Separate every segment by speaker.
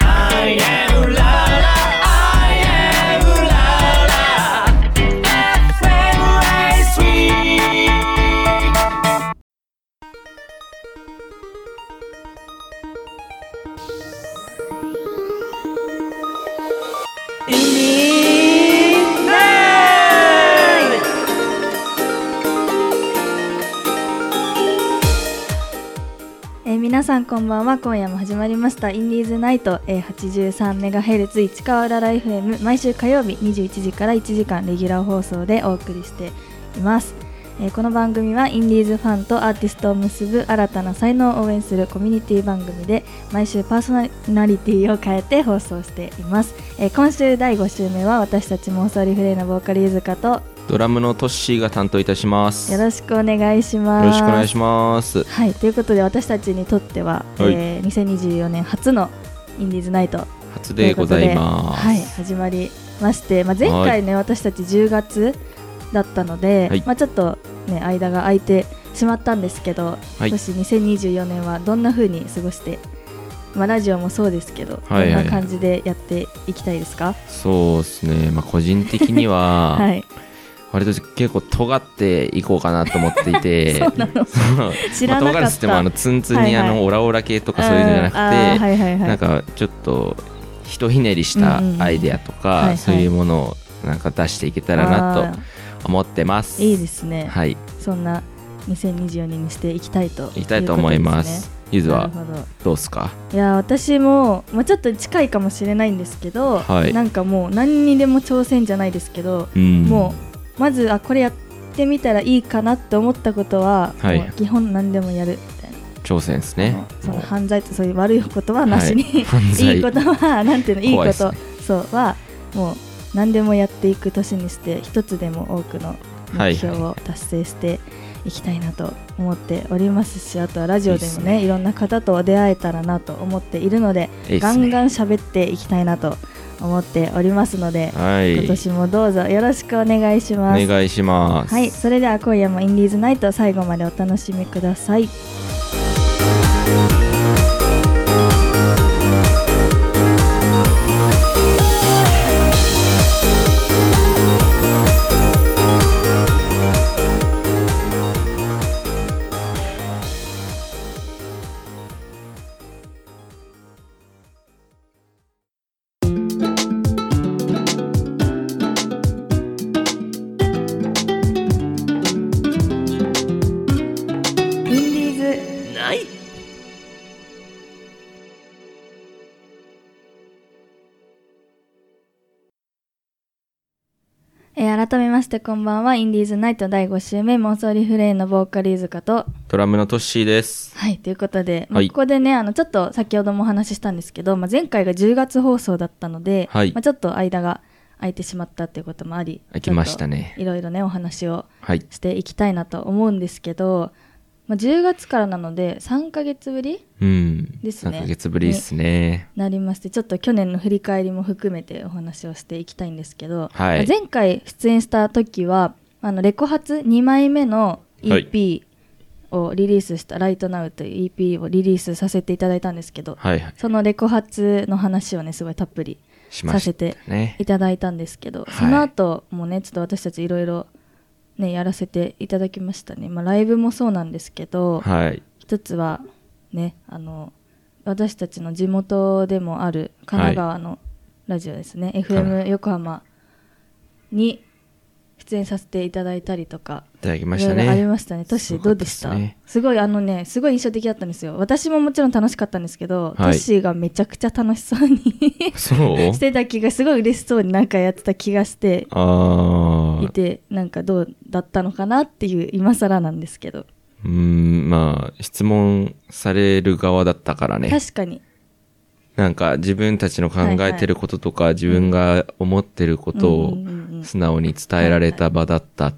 Speaker 1: I am la la, I am la la. FM インディーナイト
Speaker 2: えー皆さんこんばんは今夜も始まりましたインディーズナイト、えー、83MHz 市川浦ラ FM 毎週火曜日21時から1時間レギュラー放送でお送りしています、えーこの番組はインディーズファンとアーティストを結ぶ新たな才能を応援するコミュニティ番組で毎週パーソナリティを変えて放送しています、えー今週第5週目は私たち妄想リフレイのボーカルゆずかと
Speaker 3: ドラムのトッシーが担当いたします。
Speaker 2: よ
Speaker 3: よ
Speaker 2: ろしくお願いします
Speaker 3: ろしくお願いします。
Speaker 2: はい、ということで私たちにとっては、
Speaker 3: はい
Speaker 2: えー2024年初のインディーズナイト
Speaker 3: 初
Speaker 2: とい
Speaker 3: で
Speaker 2: うこ
Speaker 3: ご
Speaker 2: と
Speaker 3: ざ
Speaker 2: で
Speaker 3: います。
Speaker 2: はい、始まりまして、まあ、前回ね、私たち10月だったので、
Speaker 3: はい
Speaker 2: まあ、ちょっと、ね、間が空いてしまったんですけど、
Speaker 3: はい
Speaker 2: 今年2024年はどんな風に過ごして、まあ、ラジオもそうですけど、
Speaker 3: はいはい
Speaker 2: どんな感じでやっていきたいですか
Speaker 3: そうですね。まあ個人的には、
Speaker 2: はい、
Speaker 3: 割と結構尖っていこうかなと思っていて、
Speaker 2: そうなの知ら
Speaker 3: ま
Speaker 2: な
Speaker 3: あ、尖
Speaker 2: か
Speaker 3: る
Speaker 2: っ
Speaker 3: っつっても
Speaker 2: た、
Speaker 3: あのツンツンにあ
Speaker 2: はいはい
Speaker 3: のオラオラ系とかそういうのじゃなくて、
Speaker 2: あーはいはいはい
Speaker 3: なんかちょっとひとひねりしたアイデアと
Speaker 2: うんうんうんはい
Speaker 3: か、
Speaker 2: はい
Speaker 3: そういうものをなんか出していけたらなと思ってます。
Speaker 2: といいですね、
Speaker 3: はい、
Speaker 2: そんな2024年にしていきたいということですね、
Speaker 3: いきたいと思います。ゆず
Speaker 2: なる
Speaker 3: は
Speaker 2: ほど
Speaker 3: どうですか？
Speaker 2: いや私も、まあ、ちょっと近いかもしれないんですけど、
Speaker 3: はい
Speaker 2: なんかもう何にでも挑戦じゃないですけど
Speaker 3: うん
Speaker 2: もまずあこれやってみたらいいかなって思ったことは、
Speaker 3: はい
Speaker 2: もう基本何でもやるみたいな、
Speaker 3: 挑戦ですね。
Speaker 2: あのそ
Speaker 3: も
Speaker 2: の
Speaker 3: う
Speaker 2: 犯罪とそういう悪いことはなしに、
Speaker 3: はい犯罪
Speaker 2: い、いことはなんていうのいい
Speaker 3: 怖いで
Speaker 2: こ
Speaker 3: す
Speaker 2: と
Speaker 3: ね
Speaker 2: そうはもう何でもやっていく年にして一つでも多くの目標
Speaker 3: はい
Speaker 2: を達成していきたいなと思っておりますし、あとはラジオでもね
Speaker 3: いいっす
Speaker 2: いろんな方と出会えたらなと思っているので
Speaker 3: いいっすね
Speaker 2: ガンガン喋っていきたいなと思っておりますので、
Speaker 3: はい、
Speaker 2: 今年もどうぞよろしくお願いします。
Speaker 3: お願いします。
Speaker 2: はい、それでは今夜もインディーズナイト最後までお楽しみください。インディーズ
Speaker 1: ない
Speaker 2: えー改めましてこんばんはインディーズナイト第5週目妄想リフレインのボーカルゆずかと
Speaker 3: ドラムのトッシーです。
Speaker 2: はいということで、まあ
Speaker 3: はい
Speaker 2: ここでねあのちょっと先ほどもお話ししたんですけど、まあ、前回が10月放送だったので、
Speaker 3: はい
Speaker 2: まあ、ちょっと間が空いてしまったっていうこともあり
Speaker 3: 空きましたね
Speaker 2: ちょっといろいろねお話を
Speaker 3: はい。
Speaker 2: していきたいなと思うんですけど、まあ、10月からなので3ヶ月ぶり
Speaker 3: うん。
Speaker 2: ですね
Speaker 3: 3ヶ月ぶりですね。
Speaker 2: なりましてちょっと去年の振り返りも含めてお話をしていきたいんですけど、
Speaker 3: はい
Speaker 2: まあ前回出演した時はあのレコ発2枚目の
Speaker 3: は
Speaker 2: EP をリリースした「ライトナウという EP をリリースさせていただいたんですけど、
Speaker 3: はいはい。
Speaker 2: そのレコ発の話をねすごいたっぷり
Speaker 3: しま
Speaker 2: さ
Speaker 3: し
Speaker 2: せ
Speaker 3: た
Speaker 2: て
Speaker 3: ね
Speaker 2: い。ただいたんですけど、
Speaker 3: はい
Speaker 2: その後もねちょっと私たちいろいろねやらせていただきましたね、まあ、ライブもそうなんですけど、
Speaker 3: はい。
Speaker 2: 一つはねあの私たちの地元でもある神奈川のラジオですね、FM 横浜に出演させていただいたりとか
Speaker 3: いただきま
Speaker 2: い
Speaker 3: した
Speaker 2: ろい
Speaker 3: ね。
Speaker 2: ろありましたねトッシ
Speaker 3: す
Speaker 2: ー
Speaker 3: ごか
Speaker 2: ど
Speaker 3: っ
Speaker 2: う
Speaker 3: たっ
Speaker 2: でし
Speaker 3: す
Speaker 2: た
Speaker 3: ね
Speaker 2: すごいあのねすごい印象的だったんですよ私ももちろん楽しかったんですけど、トッシーがめちゃくちゃ楽しそうに
Speaker 3: そう
Speaker 2: してた気がすごい嬉しそうになんかやってた気がして
Speaker 3: あ
Speaker 2: い
Speaker 3: あ。
Speaker 2: てなんかどうだったのかなっていう今更なんですけど、
Speaker 3: うん、まあ、質問される側だったからね。
Speaker 2: 確かに
Speaker 3: なんか自分たちの考えてることとか、自分が思ってること
Speaker 2: う
Speaker 3: を
Speaker 2: んうんうんうん
Speaker 3: 素直に伝えられた場だった。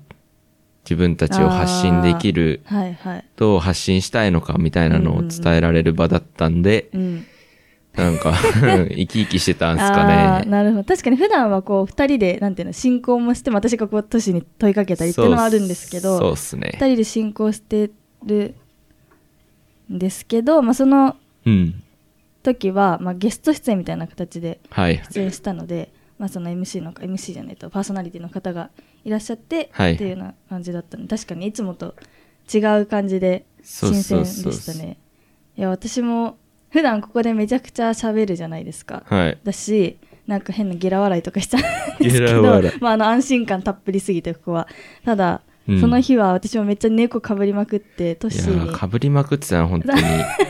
Speaker 3: 自分たちを発信できる
Speaker 2: はいはい
Speaker 3: どう発信したいのかみたいなのを伝えられる場だったんで、
Speaker 2: うん
Speaker 3: なん か、生き生きしてたんす
Speaker 2: あ
Speaker 3: か
Speaker 2: ー
Speaker 3: ね。
Speaker 2: なるほど確かに普段はこう2人でなんていうの進行もしても私がこう都市に問いかけたりっていうのはあるんですけ
Speaker 3: そうそう
Speaker 2: ど
Speaker 3: っすね
Speaker 2: 2。人で進行してるんですけど、まあ、その
Speaker 3: うん。
Speaker 2: 時は、まあ、ゲスト出演みたいな形で
Speaker 3: はい。
Speaker 2: 出演したので、まあ、その MC の MC じゃないとパーソナリティの方がいらっしゃって、
Speaker 3: はい
Speaker 2: っていうような感じだったので確かにいつもと違う感じで
Speaker 3: そう
Speaker 2: 新
Speaker 3: そ
Speaker 2: 鮮
Speaker 3: う
Speaker 2: で
Speaker 3: そう
Speaker 2: したねいや私も普段ここでめちゃくちゃ喋るじゃないですか、
Speaker 3: はい。
Speaker 2: だしなんか変なゲラ笑いとかしちゃうんです
Speaker 3: ゲ
Speaker 2: け
Speaker 3: ラ
Speaker 2: ど
Speaker 3: 笑い、
Speaker 2: まあ、あの安心感たっぷりすぎてここはただ、
Speaker 3: うん
Speaker 2: その日は私もめっちゃ猫かぶりまくってトッ
Speaker 3: いや
Speaker 2: シーに
Speaker 3: ー、かぶりまくってたな、本当に。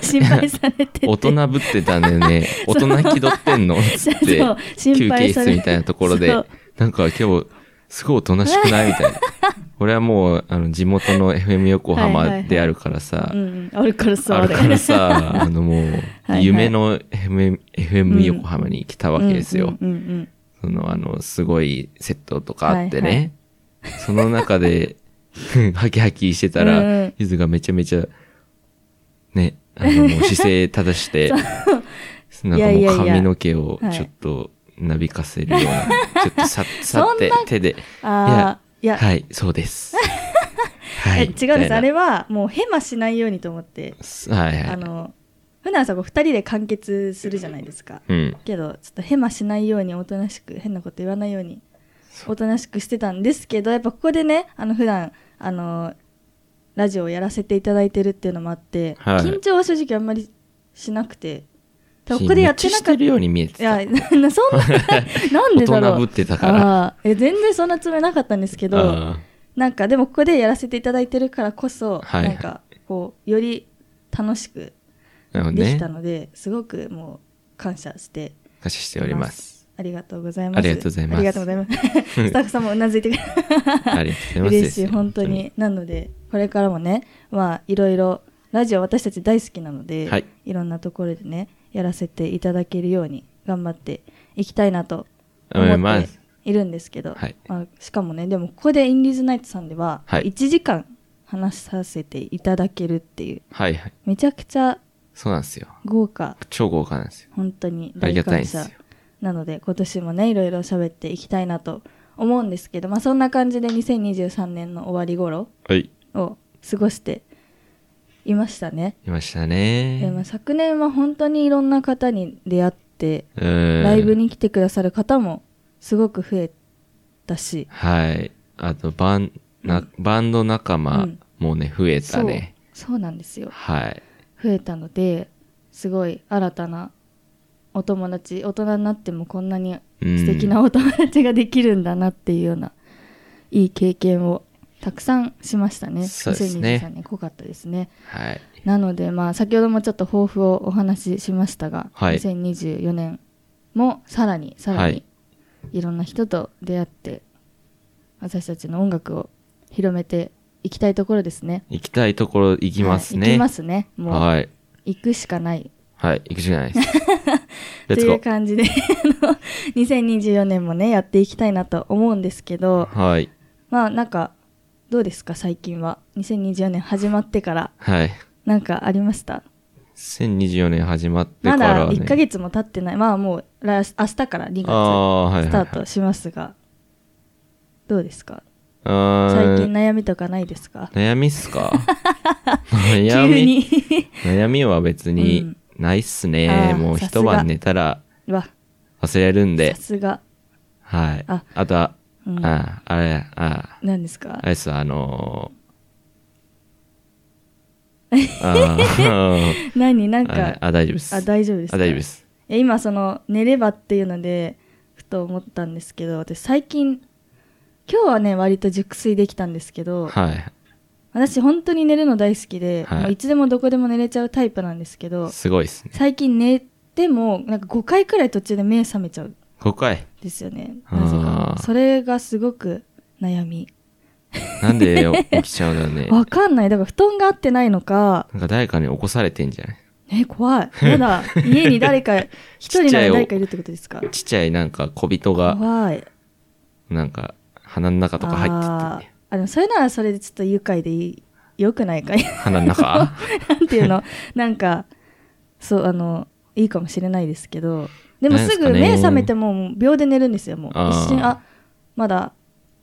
Speaker 2: 心配されてて
Speaker 3: 大人ぶってたんだよね。大
Speaker 2: そう
Speaker 3: 人気取ってんのつって
Speaker 2: そう、
Speaker 3: 休
Speaker 2: 心
Speaker 3: 憩
Speaker 2: 配さ
Speaker 3: 室
Speaker 2: れ
Speaker 3: みたいなところで
Speaker 2: そう、
Speaker 3: なんか今日、すごいおとなしくないみた いな。俺はもう、あの、地元の FM 横
Speaker 2: はいはいは
Speaker 3: 浜
Speaker 2: い
Speaker 3: であるからさ、
Speaker 2: うんうん、あるからそう
Speaker 3: あるからさ、あのも
Speaker 2: は
Speaker 3: う、
Speaker 2: い
Speaker 3: 夢の FM, FM 横浜に来たわけですよ。
Speaker 2: うんうんうん
Speaker 3: その、あの、すごいセットとかあって
Speaker 2: はいは
Speaker 3: ね。その中で、 ハキハキしてた
Speaker 2: うんう
Speaker 3: ら
Speaker 2: ん、
Speaker 3: ゆずがめちゃめちゃ、ね、あの、もう姿勢正 して、なんか
Speaker 2: いやい
Speaker 3: も
Speaker 2: や
Speaker 3: う
Speaker 2: いや
Speaker 3: 髪の毛を
Speaker 2: はい
Speaker 3: ちょっとなびかせるような、 ちょっとさ、さって
Speaker 2: そんな
Speaker 3: 手で、い
Speaker 2: うんあーいや
Speaker 3: はい、そうです。は
Speaker 2: え
Speaker 3: い。
Speaker 2: 違うんですあれ
Speaker 3: は、
Speaker 2: はもうヘマしないようにと思って
Speaker 3: はいは
Speaker 2: あ
Speaker 3: い。
Speaker 2: の普段さこう2人で完結するじゃないですか
Speaker 3: うん。
Speaker 2: けどちょっとヘマしないようにおとなしく変なこと言わないようにおとなしくしてたんですけどやっぱここでねあの普段あのラジオをやらせていただいてるっていうのもあって、
Speaker 3: はい
Speaker 2: 緊張は正直あんまりしなくてただここでやってな
Speaker 3: め
Speaker 2: か
Speaker 3: ちゃして
Speaker 2: っ
Speaker 3: るように見えて
Speaker 2: い
Speaker 3: た。
Speaker 2: や、 ななそんな、 なんでだろう。
Speaker 3: 大人ぶってたから
Speaker 2: あーえ全然そんなつもりなかったんですけど、
Speaker 3: あ
Speaker 2: なんかでもここでやらせていただいてるからこそ、
Speaker 3: はい
Speaker 2: なんかこう、より楽しく
Speaker 3: ーなの
Speaker 2: でき
Speaker 3: で、
Speaker 2: たので、すごくもう感謝して
Speaker 3: 感謝しております。。
Speaker 2: ありがとうございます。
Speaker 3: ありがとうございます
Speaker 2: ありがとうござ います。スタッフさんもうなずいてくれ
Speaker 3: ありがとうございます。
Speaker 2: 嬉しい、本当に。なので、これからもね、まあ、いろいろ、ラジオ私たち大好きなので、
Speaker 3: はい
Speaker 2: い、ろんなところでね、やらせていただけるように頑張っていきたいなと思
Speaker 3: 思いま
Speaker 2: って
Speaker 3: す
Speaker 2: いるんですけど、
Speaker 3: はい
Speaker 2: まあ、しかもね、でもここでインディーズナイトさんでは、
Speaker 3: はい
Speaker 2: 1時間話させていただけるっていう、
Speaker 3: はいはい。
Speaker 2: めちゃくちゃ
Speaker 3: そうなんですよ。
Speaker 2: 豪華、
Speaker 3: 超豪華なんですよ。
Speaker 2: 本当に
Speaker 3: あり
Speaker 2: 大
Speaker 3: がたいん
Speaker 2: 感
Speaker 3: ですよ
Speaker 2: 謝。なので、今年もね、いろいろ喋っていきたいなと思うんですけど、まあ、そんな感じで2023年の終わり頃、
Speaker 3: はい。
Speaker 2: を過ごしていましたね。
Speaker 3: いました
Speaker 2: でまあ
Speaker 3: ね。
Speaker 2: 昨年は本当にいろんな方に出会って、
Speaker 3: うん。
Speaker 2: ライブに来てくださる方もすごく増えたし、
Speaker 3: はい。あと、バン、な、バンド仲間
Speaker 2: うん
Speaker 3: もね、増えた
Speaker 2: そう
Speaker 3: ね。
Speaker 2: そうなんですよ。
Speaker 3: はい。
Speaker 2: 増えたので、すごい新たなお友達、大人になってもこんなに
Speaker 3: うん
Speaker 2: 素敵なお友達ができるんだなっていうような、いい経験をたくさんしましたね。
Speaker 3: そうですね
Speaker 2: 2023年濃かったですね。
Speaker 3: はい。
Speaker 2: なので、まあ、先ほどもちょっと抱負をお話ししましたが、
Speaker 3: はい
Speaker 2: 2024年もさらにさら
Speaker 3: はい
Speaker 2: にいろんな人と出会って、私たちの音楽を広めていきたいところですね。
Speaker 3: 行きたいところ行きますね。
Speaker 2: はい行きますね。もう、
Speaker 3: はい。
Speaker 2: 行くしかない。
Speaker 3: はい。行くしかない です。レ
Speaker 2: と
Speaker 3: ッツ
Speaker 2: い
Speaker 3: ゴ
Speaker 2: う
Speaker 3: ー。
Speaker 2: 感じで、あの2024年もね、やっていきたいなと思うんですけど、
Speaker 3: はい。
Speaker 2: まあ、なんか、どうですか、最近は。2024年始まってから、
Speaker 3: はい。
Speaker 2: なんかありました
Speaker 3: 2024年始まってか
Speaker 2: ま
Speaker 3: ら、
Speaker 2: だ
Speaker 3: ね。
Speaker 2: 1ヶ月も経ってない。まあもう来、明日から2月ス
Speaker 3: ああはいはいはい
Speaker 2: タートしますが、どうですか最
Speaker 3: 最
Speaker 2: 近悩みとかないですか
Speaker 3: 悩みっす か悩
Speaker 2: 急
Speaker 3: み、
Speaker 2: に。
Speaker 3: 悩みは別にないっすね。
Speaker 2: うんあー
Speaker 3: もう
Speaker 2: さすが
Speaker 3: 一晩寝たら
Speaker 2: わ、
Speaker 3: 忘れるんで
Speaker 2: さ。すが。
Speaker 3: はい。
Speaker 2: あ
Speaker 3: あとは、
Speaker 2: うん
Speaker 3: あ、あれ、あ、
Speaker 2: 何ですか
Speaker 3: あれっす、あの ー、あ
Speaker 2: 何な
Speaker 3: ー
Speaker 2: ん
Speaker 3: あ
Speaker 2: か、
Speaker 3: あ、大丈夫です。
Speaker 2: あ、大丈夫ですか
Speaker 3: あ大丈夫で。す。
Speaker 2: え今その、寝ればっていうので、ふと思ったんですけど、私最近、今日はね、割と熟睡できたんですけど、
Speaker 3: はい。
Speaker 2: 私本当に寝るの大好きで、
Speaker 3: はい
Speaker 2: もういつでもどこでも寝れちゃうタイプなんですけど、
Speaker 3: すごいっすね。
Speaker 2: 最近寝てもなんか5回くらい途中で目覚めちゃうん
Speaker 3: 5回。
Speaker 2: ですよね
Speaker 3: あー
Speaker 2: なぜかそれがすごく悩み
Speaker 3: なんで 起きちゃうんだろうね。
Speaker 2: わかんないだから布団が合ってないのか
Speaker 3: なんか誰かに起こされてんじゃない
Speaker 2: え怖い まだ家に誰か一人
Speaker 3: ちっち
Speaker 2: な
Speaker 3: ゃい
Speaker 2: ら
Speaker 3: お
Speaker 2: 誰かいるってことですか
Speaker 3: ちっちゃいなんか小人が、
Speaker 2: 怖い
Speaker 3: なんか鼻の中とか入
Speaker 2: あ
Speaker 3: ってっ
Speaker 2: ー
Speaker 3: て、
Speaker 2: あでもそれならそれでちょっと愉快でいい良くないか
Speaker 3: 鼻の 中
Speaker 2: なんてい うのなんかそうあのいいかもしれないですけどでも
Speaker 3: なんですすか
Speaker 2: ぐ
Speaker 3: ね
Speaker 2: 目覚めてももう秒で寝るんですよもう
Speaker 3: あー
Speaker 2: 一瞬あまだ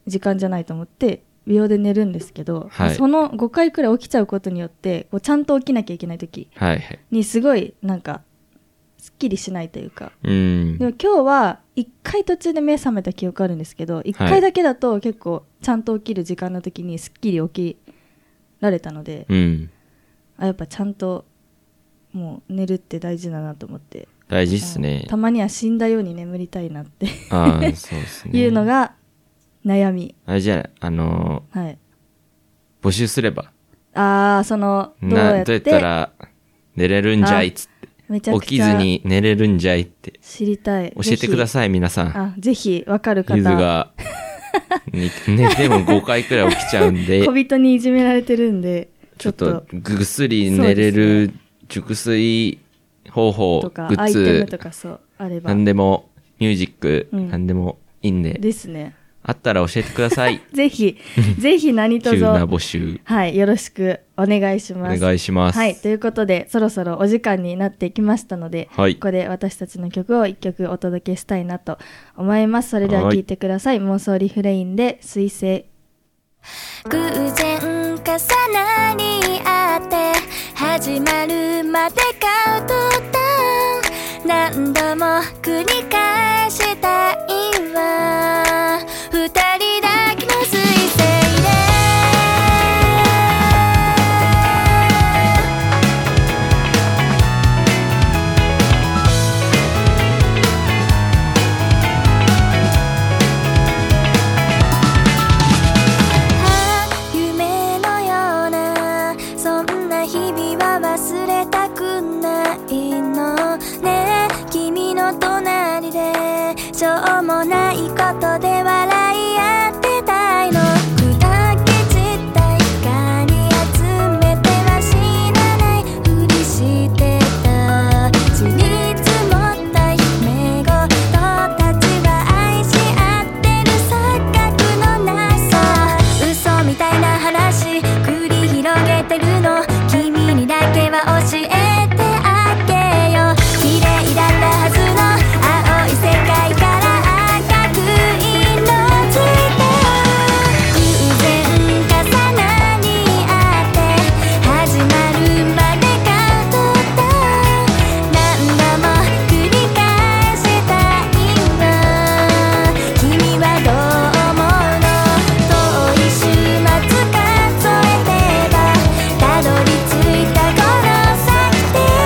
Speaker 2: 時間じゃないと思って秒で寝るんですけど、
Speaker 3: はい
Speaker 2: その5回くらい起きちゃうことによってこうちゃんと起きなきゃいけない時
Speaker 3: はいはい。
Speaker 2: にすごいなんかきりしないというか。
Speaker 3: うん
Speaker 2: で。も今日は1回途中で目覚めた記憶あるんですけど1回だけだと結構ちゃんと起きる時間の時にすっきり起きられたので、
Speaker 3: うん。
Speaker 2: あやっぱちゃんともう寝るって大事だなと思って
Speaker 3: 大事っすね
Speaker 2: た。まには死んだように眠りたいなって
Speaker 3: ああ、そうですね。
Speaker 2: いうの。が悩み、
Speaker 3: あれじゃない、あの
Speaker 2: はい
Speaker 3: ー、募集すれば。
Speaker 2: ああそのどうや
Speaker 3: な、
Speaker 2: っ
Speaker 3: どうや
Speaker 2: て
Speaker 3: ったら寝れるんじゃいっつって。
Speaker 2: めちゃ
Speaker 3: 起
Speaker 2: く
Speaker 3: き
Speaker 2: ち
Speaker 3: ず
Speaker 2: ゃ
Speaker 3: に寝れるんじゃいって。
Speaker 2: 知りたい
Speaker 3: 教えてくだ
Speaker 2: さ
Speaker 3: さい、皆さん。
Speaker 2: あぜひわかる方
Speaker 3: ゆずが、ね、でも5回くらい起きちゃうんで
Speaker 2: 小、人にいじめられてるんで
Speaker 3: ちょっとぐっすり寝れ
Speaker 2: そう
Speaker 3: る熟睡方法、
Speaker 2: と
Speaker 3: グ
Speaker 2: か
Speaker 3: ッ
Speaker 2: アイテム
Speaker 3: ズ
Speaker 2: と、かそうあれば
Speaker 3: 何でも、ミュージック、
Speaker 2: うん
Speaker 3: 何でもいいんで、
Speaker 2: ですね
Speaker 3: あったら教えてください。
Speaker 2: ぜひぜひ何卒
Speaker 3: 急な募集、
Speaker 2: はいよろしくお願いし
Speaker 3: お
Speaker 2: ます
Speaker 3: 願いします。
Speaker 2: はい、ということでそろそろお時間になってきましたので、
Speaker 3: はい
Speaker 2: ここで私たちの曲を1曲お届けしたいなと思いますそれでは
Speaker 3: はい
Speaker 2: 聴いてください妄想リフレインで「彗星
Speaker 4: 偶然重なり合って始まるまでカウントダウン何度も繰り返したいわ二人だけの彗星で夢のようなそんな日々は忘れたくないのね君の隣でしょうもないことで笑い合ってたいの砕け散った光集めては知らないふりしてた散り積もった夢ごとたちは愛し合ってる錯覚のなさ嘘みたいな話繰り広げてるの君にだけは教えてあげよう綺麗だったはずの青い世界から赤く色づいて偶然重なり合って始まるまでカウントダウン何度も繰り返したいわ君はどう思うの「遠い週末数えればたどり着いたこの先で」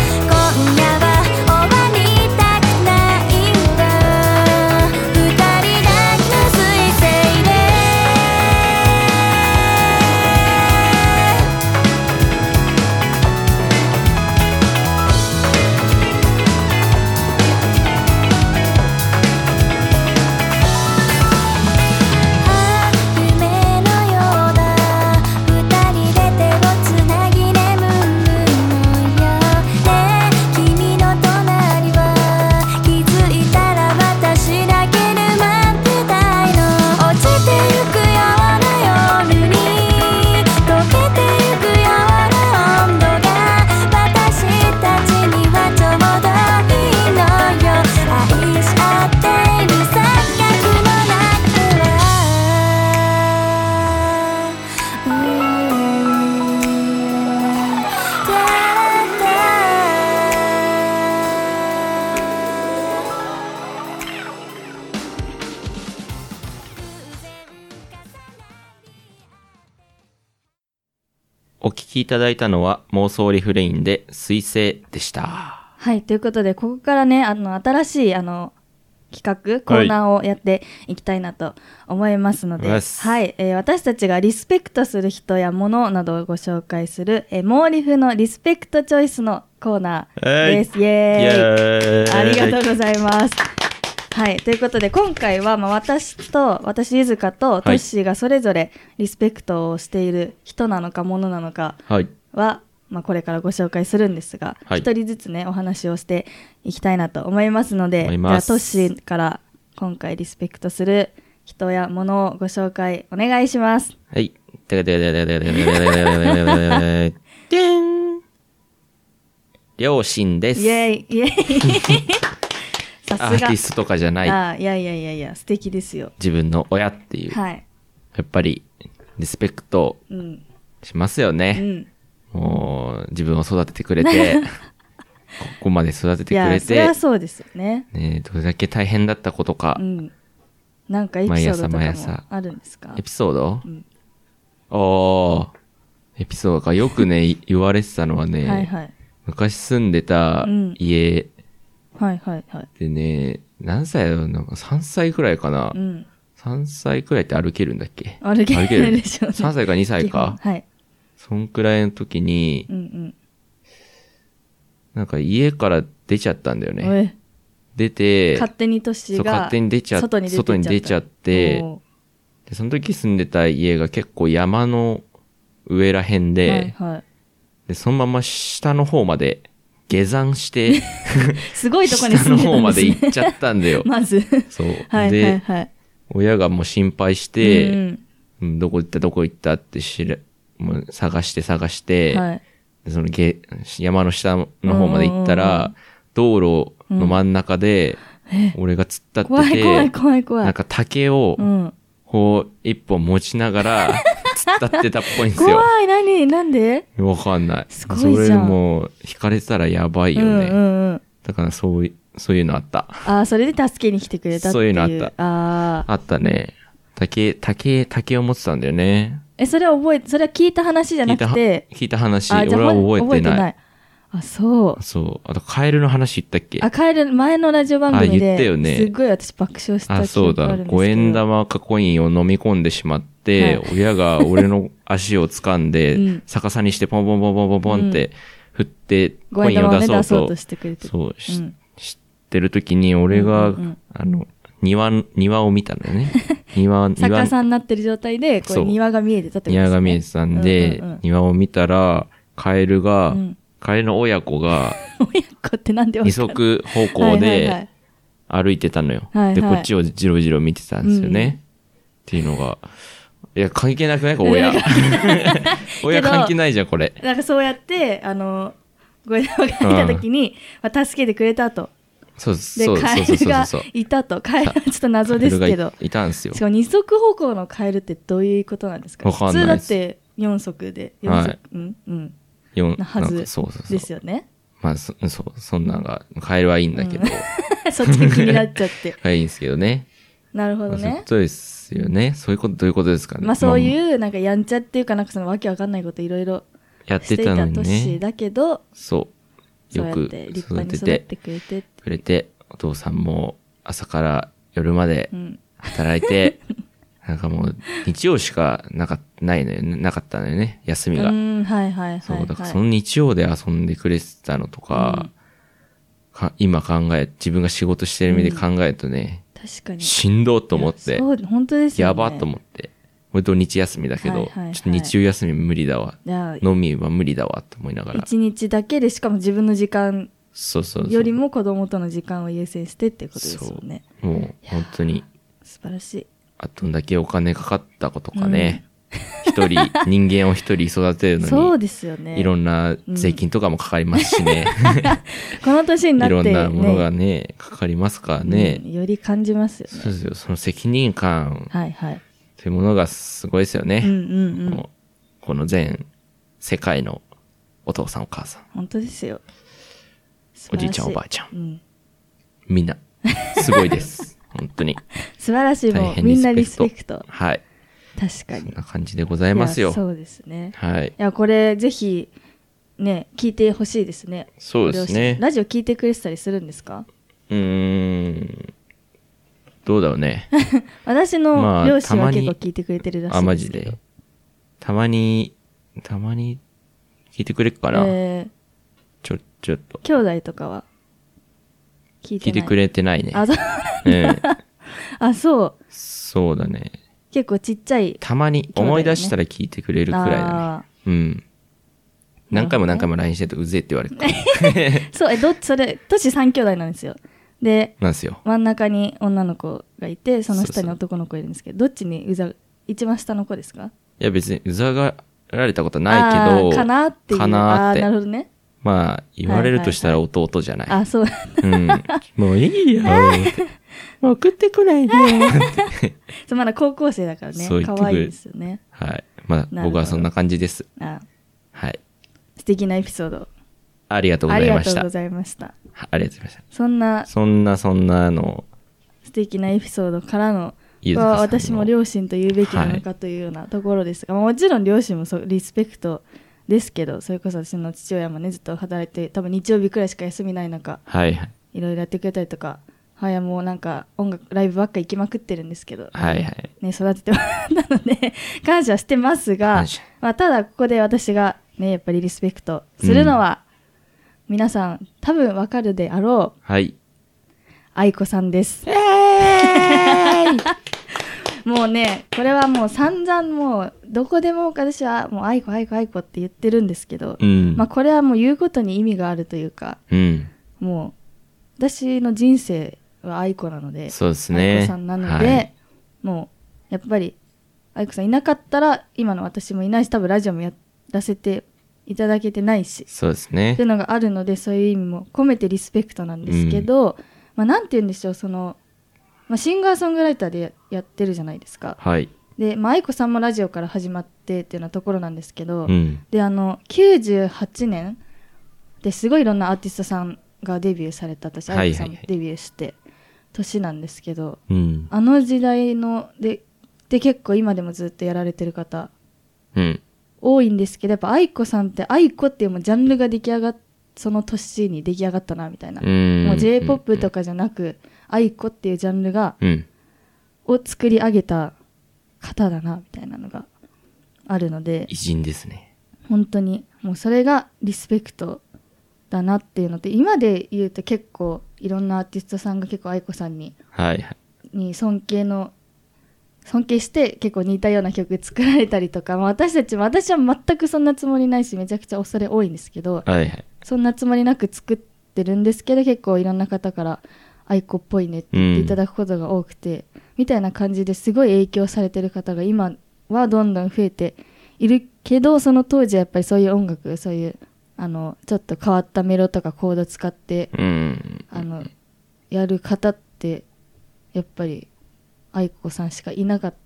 Speaker 4: 「今夜は終わりたくないわ」「二人だけの彗星で」「夢のようだ」「二人で手をつなぎ眠るのよ」「ね君の隣は気づいたら私だけで待ってたいの」「落ちてゆくような夜に溶けてゆくような温度が私たちにはちょうどいいのよ」「愛し合っている錯覚の中は」
Speaker 3: お聞きいただいたのは妄想リフレインで水星でした。」
Speaker 2: はいということでここからねあの新しいあの企画コーナーをやっていきたいなと思いますので、
Speaker 3: う
Speaker 2: は
Speaker 3: っ
Speaker 2: い
Speaker 3: す
Speaker 2: えー私たちがリスペクトする人や物などをご紹介する「えー、モーリフのリスペクトチョイス」のコーナーです、イ
Speaker 3: イ
Speaker 2: エーイ
Speaker 3: エーイ
Speaker 2: ありがとうございます。はい。ということで、今回は、まあ、私と、私、ゆずかと、トッシーがそれぞれ、リスペクトをしている人なのか、ものなのか
Speaker 3: はい。
Speaker 2: は、まあ、これからご紹介するんですが、一、
Speaker 3: はい
Speaker 2: 人ずつね、お話をしていきたいなと思いますので、
Speaker 3: 思います
Speaker 2: じゃあ、トッシーから、今回リスペクトする人やものをご紹介お願いします。
Speaker 3: はい。てかてかてかてかてかてかてかてかてかてかてかてん両親です。
Speaker 2: イエイ イエイさ
Speaker 3: アー
Speaker 2: す
Speaker 3: テ
Speaker 2: が。
Speaker 3: ィストとかじゃない。
Speaker 2: あーいやいやいやいや、素敵ですよ。
Speaker 3: 自分の親っていう。や
Speaker 2: はい。
Speaker 3: っぱり、リスペクト
Speaker 2: うん。
Speaker 3: しますよ
Speaker 2: う
Speaker 3: ね。
Speaker 2: ん。
Speaker 3: もう、自分を育ててくれて、こまで育てて
Speaker 2: い
Speaker 3: く
Speaker 2: や
Speaker 3: れ
Speaker 2: それ
Speaker 3: て
Speaker 2: は、そうですよね
Speaker 3: ね、どれだけ大変だったことか
Speaker 2: う。んなんかエピソードと
Speaker 3: 毎
Speaker 2: か
Speaker 3: 朝毎
Speaker 2: も
Speaker 3: 朝
Speaker 2: あるんですか
Speaker 3: エピソード
Speaker 2: うん
Speaker 3: ああ、エピソードか。よくね、い 言われてたのはね、
Speaker 2: はいはい
Speaker 3: 昔住んでた
Speaker 2: うん
Speaker 3: 家
Speaker 2: はいはいはい
Speaker 3: でね、何歳だろうなんか3歳くらいかな。
Speaker 2: うん
Speaker 3: 3歳くらいって歩けるんだっけ
Speaker 2: 歩けるでしょうね
Speaker 3: 3歳か2歳
Speaker 2: 基本
Speaker 3: か。
Speaker 2: はい
Speaker 3: そんくらいの時に
Speaker 2: う、ん
Speaker 3: なんか家から出ちゃったんだよ
Speaker 2: うん、
Speaker 3: ね。出て、
Speaker 2: 勝手に都市
Speaker 3: そう
Speaker 2: が
Speaker 3: 勝手に出ちゃっ
Speaker 2: 外に出てっ
Speaker 3: 外に出ちゃって
Speaker 2: お
Speaker 3: でその時住んでた家が結構山の上ら辺
Speaker 2: ー
Speaker 3: で、
Speaker 2: はいはい、
Speaker 3: でそのまま下の方まで下山 して、
Speaker 2: すごいとこに
Speaker 3: 下
Speaker 2: 住ん
Speaker 3: の方
Speaker 2: でたん
Speaker 3: ま
Speaker 2: で
Speaker 3: すで
Speaker 2: ね。
Speaker 3: 行っちゃったんだよ
Speaker 2: まず
Speaker 3: そう。
Speaker 2: はいはい
Speaker 3: で、
Speaker 2: はい
Speaker 3: 親がもう心配し
Speaker 2: う
Speaker 3: て、
Speaker 2: ん
Speaker 3: うんどこ行ったどこ行ったって知ら、もう探して探して、
Speaker 2: はい、
Speaker 3: でその下山の下の方まで行った
Speaker 2: うんうんうんう
Speaker 3: ら、道路の真ん中で、俺が突っ立
Speaker 2: 怖
Speaker 3: ってて、
Speaker 2: い怖い怖い怖い
Speaker 3: なんか竹を、
Speaker 2: うん、
Speaker 3: こう、一本持ちなが ら、突っ立ってたっぽいんですよ。
Speaker 2: 怖い何なんで
Speaker 3: わかんない。
Speaker 2: すごいじゃん
Speaker 3: それもう、引かれてたらやばいよね。
Speaker 2: うんうんうん、
Speaker 3: だから、そうい、そういうのあった。
Speaker 2: ああそれで助けに来てくれたっていう
Speaker 3: そういうのあった
Speaker 2: あー
Speaker 3: あったね。竹、竹、竹を持ってたんだよね。
Speaker 2: えそれは覚えそれは聞いた話じゃ
Speaker 3: 聞
Speaker 2: ない
Speaker 3: た
Speaker 2: く
Speaker 3: は、
Speaker 2: て
Speaker 3: 聞いた話、
Speaker 2: あ
Speaker 3: 俺
Speaker 2: じゃあ
Speaker 3: は
Speaker 2: ほん
Speaker 3: 覚えてない。
Speaker 2: あそう
Speaker 3: そう。あと、カエルの話言ったっけ
Speaker 2: あ帰る前のラジオ番組
Speaker 3: あ言ったよ
Speaker 2: で
Speaker 3: ね
Speaker 2: すっごい私爆笑した
Speaker 3: あ、
Speaker 2: 記
Speaker 3: そう
Speaker 2: 憶があ
Speaker 3: だ。
Speaker 2: るんですけど
Speaker 3: 五円玉かコインを飲み込んでしまって、
Speaker 2: は
Speaker 3: 親が俺の足を掴んで、
Speaker 2: うん
Speaker 3: 逆さにしてポンポンポンポンポンポンって振って、
Speaker 2: 五
Speaker 3: コイ
Speaker 2: 円
Speaker 3: ンを
Speaker 2: 玉をね
Speaker 3: 出
Speaker 2: 出
Speaker 3: そ
Speaker 2: そうう
Speaker 3: と
Speaker 2: と。してくれて
Speaker 3: そう、し
Speaker 2: うん
Speaker 3: 知ってる時に俺が、
Speaker 2: うんうんうん
Speaker 3: あの、庭、庭を見たんだよ ね。庭、
Speaker 2: 逆
Speaker 3: 庭、
Speaker 2: さになってる状態でこ
Speaker 3: そうう
Speaker 2: 庭が見えてたってことです、ね、
Speaker 3: 庭が見えてたんで、
Speaker 2: うんうんうん
Speaker 3: 庭を見たら、カエルが、
Speaker 2: うん
Speaker 3: カエルの親子 が、
Speaker 2: 親子ってなんでわか
Speaker 3: 二
Speaker 2: る
Speaker 3: 足方向
Speaker 2: はいはいは
Speaker 3: で
Speaker 2: い
Speaker 3: 歩いてたのよ。
Speaker 2: はいはい
Speaker 3: で、こっちをじろじろ見てたんですよね。っていうのが、いや、関係なくないか、親。 親関係ないじゃん、これ。
Speaker 2: なんかそうやってあの五円玉が来た時に、まあ、助けてくれたと
Speaker 3: そうそうそ
Speaker 2: で
Speaker 3: う
Speaker 2: カエ
Speaker 3: そう
Speaker 2: ル
Speaker 3: そう
Speaker 2: が
Speaker 3: そう。
Speaker 2: いたとカエルはちょっと謎です
Speaker 3: カエ
Speaker 2: け
Speaker 3: ルが
Speaker 2: ど
Speaker 3: いいたんですよ
Speaker 2: し。かも二足歩行のカエルってどういうことなんですか
Speaker 3: わかんな
Speaker 2: 普
Speaker 3: い
Speaker 2: 通だっ
Speaker 3: です
Speaker 2: て四足で四足、
Speaker 3: はい
Speaker 2: うんうん
Speaker 3: 四
Speaker 2: なはず
Speaker 3: なんかそうそうそう。
Speaker 2: ですよね
Speaker 3: まあ、そ、そう、そんなんが、カエルはいいんだけど、
Speaker 2: そっちが気になっちゃ って
Speaker 3: はい、いいんですけどね。
Speaker 2: なるほ
Speaker 3: ま
Speaker 2: ど
Speaker 3: あそういう
Speaker 2: ね
Speaker 3: ことですよね。そういうこと、どういうことですかね。、
Speaker 2: まあそういううなんかやんちゃっていうかなんかそのわけわかんないこといろいろ
Speaker 3: やっ
Speaker 2: しててい
Speaker 3: たの
Speaker 2: た
Speaker 3: に
Speaker 2: トッシー
Speaker 3: ね。
Speaker 2: だけど
Speaker 3: そう。
Speaker 2: そう
Speaker 3: よ
Speaker 2: やっ
Speaker 3: く
Speaker 2: て立
Speaker 3: 育
Speaker 2: 派に
Speaker 3: て
Speaker 2: 育っててくれてって
Speaker 3: くれて、お父さんも朝から夜まで
Speaker 2: うん
Speaker 3: 働いて、 なんかもう、日曜しかなか、ないのよね、なかったのよね、休み
Speaker 2: う
Speaker 3: が。
Speaker 2: んはいはいはいはい
Speaker 3: そう、だからその日曜で遊んでくれてたのとか、か今考え、自分が仕事してる身で考えるとね、
Speaker 2: 確かに
Speaker 3: しんどっと思って。
Speaker 2: そう本当ですよ、ね、
Speaker 3: やばっと思って。俺土日休みだけど、
Speaker 2: はいはいはい
Speaker 3: ちょっと日曜休み無理だわ。
Speaker 2: いや
Speaker 3: 飲みは無理だわと思いながら。
Speaker 2: 一日だけでしかも自分の時間
Speaker 3: そうそうそう。
Speaker 2: よりも子供との時間を優先してってことですよね
Speaker 3: もう本当に、
Speaker 2: 素晴らしい
Speaker 3: あとんだけお金かかったことかね。一、 人、人間を一人育てる
Speaker 2: そ
Speaker 3: の
Speaker 2: う
Speaker 3: に、
Speaker 2: ですよね
Speaker 3: いろんな税金とかもかかりますしね。
Speaker 2: この 年になっ
Speaker 3: い
Speaker 2: て、
Speaker 3: ろ
Speaker 2: ね、
Speaker 3: んなものがね、かかりますからね。
Speaker 2: うんより感じますよね
Speaker 3: そうですよ。その責任感
Speaker 2: はいはい
Speaker 3: というものがすごいですよね。
Speaker 2: うんうんうん
Speaker 3: もうこの全世界のお父さんお母さん、
Speaker 2: 本当ですよ素晴
Speaker 3: お
Speaker 2: らし
Speaker 3: じいちゃんおばあちゃん。
Speaker 2: うん、
Speaker 3: みんな、すごい です。本当に。
Speaker 2: 素晴らしい
Speaker 3: 大
Speaker 2: もう
Speaker 3: 変
Speaker 2: みんなリスペクト
Speaker 3: はい。
Speaker 2: 確か
Speaker 3: そん
Speaker 2: に
Speaker 3: な感じでございます
Speaker 2: いや
Speaker 3: よ。
Speaker 2: そうですね
Speaker 3: はい。
Speaker 2: いやこれぜひね聞いてほしいですね
Speaker 3: そうです
Speaker 2: ご両
Speaker 3: ね
Speaker 2: 親。ラジオ聞いてくれてたりするんですか
Speaker 3: うーん。どうだろうね。
Speaker 2: 私
Speaker 3: ま
Speaker 2: の
Speaker 3: あ
Speaker 2: 両親
Speaker 3: た
Speaker 2: は
Speaker 3: まに
Speaker 2: 結構聞いてくれてるらしい
Speaker 3: あ、マジ
Speaker 2: すけど
Speaker 3: で。たまに、たまに聞いてくれっかな、
Speaker 2: えー
Speaker 3: ちょ、ちょっと。
Speaker 2: 兄弟とかは聞い
Speaker 3: 聞
Speaker 2: て
Speaker 3: い
Speaker 2: な
Speaker 3: て
Speaker 2: い
Speaker 3: くれてないね。
Speaker 2: あそう
Speaker 3: うん。
Speaker 2: あそう
Speaker 3: そうだね。
Speaker 2: 結構ちっちゃい
Speaker 3: たまに思い出したら聞いてくれるくらいだね。
Speaker 2: あ
Speaker 3: うん。何回も何回も LINE してるとうぜえって言われるから。
Speaker 2: ーそうえどっちそれ都市3兄弟なんですよで
Speaker 3: なんです よ。
Speaker 2: 真ん中に女の子がいてその
Speaker 3: そう
Speaker 2: 下
Speaker 3: そ
Speaker 2: に
Speaker 3: う
Speaker 2: 男の子いるんですけどどっちにうざ一番下の子ですか
Speaker 3: いや別にうざがられたことはないけ
Speaker 2: あー
Speaker 3: ど。
Speaker 2: かなっていう
Speaker 3: かなーっ
Speaker 2: あーなる
Speaker 3: て。
Speaker 2: ほどね
Speaker 3: まあ、言われるとしたら弟じゃない。
Speaker 2: あそう
Speaker 3: うん。もういいよ。もう送ってこないで。
Speaker 2: そうまだ高校生だからね
Speaker 3: そう言って
Speaker 2: 可
Speaker 3: くれ
Speaker 2: 愛いですよね
Speaker 3: はい。まあ、
Speaker 2: なるほど
Speaker 3: 僕はそんな感じです。
Speaker 2: あ
Speaker 3: はい。
Speaker 2: 素敵なエピソード
Speaker 3: ありがとうご
Speaker 2: あ
Speaker 3: ざ
Speaker 2: り
Speaker 3: い
Speaker 2: が
Speaker 3: まし
Speaker 2: とう
Speaker 3: た
Speaker 2: ご。ざいました。
Speaker 3: ありがとうございました。
Speaker 2: そんな
Speaker 3: そんなそんなの、
Speaker 2: 素敵なエピソードからの、
Speaker 3: 飯塚さんの
Speaker 2: は私も両親と言うべきなのかというようなところですが、まあもちろん両親もそうリスペクトですけど、それこそ私の父親もね、ずっと働いて、多分日曜日くらいしか休みない中、
Speaker 3: はいはい。
Speaker 2: いろいろやってくれたりとか、母親もなんか音楽、ライブばっか行きまくってるんですけど、
Speaker 3: はいはい。
Speaker 2: ね、育ててもらったので、 感謝してますが
Speaker 3: 感謝、
Speaker 2: まあ、ただここで私がね、やっぱりリスペクトするのは、皆さん多分わかるであろう、
Speaker 3: はい。
Speaker 2: 愛子さんです。もうね、これはもう散々もう、どこでも私はもう愛子愛子愛子って言ってるんですけど、
Speaker 3: うん。
Speaker 2: まあこれはもう言うことに意味があるというか、
Speaker 3: うん。
Speaker 2: もう、私の人生は愛子なので、
Speaker 3: そうですね
Speaker 2: 愛子さんなので、
Speaker 3: はい
Speaker 2: もう、やっぱり、愛子さんいなかったら、今の私もいないし、多分ラジオもやらせていただけてないし、
Speaker 3: そうです
Speaker 2: っ
Speaker 3: ね
Speaker 2: ていう。のがあるので、そういう意味も込めてリスペクトなんですけど、まあなんて言うんでしょう、その、まあ、シンガーソングライターでやってるじゃないですか。
Speaker 3: はい。
Speaker 2: で、まあ、愛子さんもラジオから始まってっていうようなところなんですけ
Speaker 3: う
Speaker 2: ど、
Speaker 3: ん。
Speaker 2: であの98年ですごいいろんなアーティストさんがデビューされた私
Speaker 3: はいはい
Speaker 2: 愛
Speaker 3: はい
Speaker 2: 子さんもデビューして年なんですけど、
Speaker 3: うん。
Speaker 2: あの時代のでで結構今でもずっとやられてる方
Speaker 3: うん。
Speaker 2: 多いんですけどやっぱ愛子さんって愛子っていうもうジャンルが出来上がっその年に出来上がったなみたいな、
Speaker 3: うん
Speaker 2: もう j p o p とかじゃなく愛子っていうジャンルが
Speaker 3: うん。
Speaker 2: を作り上げた方だなみたいなのがあるので
Speaker 3: 偉人ですね。
Speaker 2: 本当にもうそれがリスペクトだなっていうので今で言うと結構いろんなアーティストさんが結構愛子さんに
Speaker 3: はいはい。
Speaker 2: に尊敬の尊敬して結構似たような曲作られたりとか、まあ、私たちも私は全くそんなつもりないしめちゃくちゃ恐れ多いんですけど
Speaker 3: はいはい。
Speaker 2: そんなつもりなく作ってるんですけど結構いろんな方から愛子っぽいねって言っていただくことが多くて、みたいな感じですごい影響されてる方が今はどんどん増えているけどその当時はやっぱりそういう音楽そういうあのちょっと変わったメロとかコード使って、
Speaker 3: うん。
Speaker 2: あのやる方ってやっぱり愛子さんしかいなかった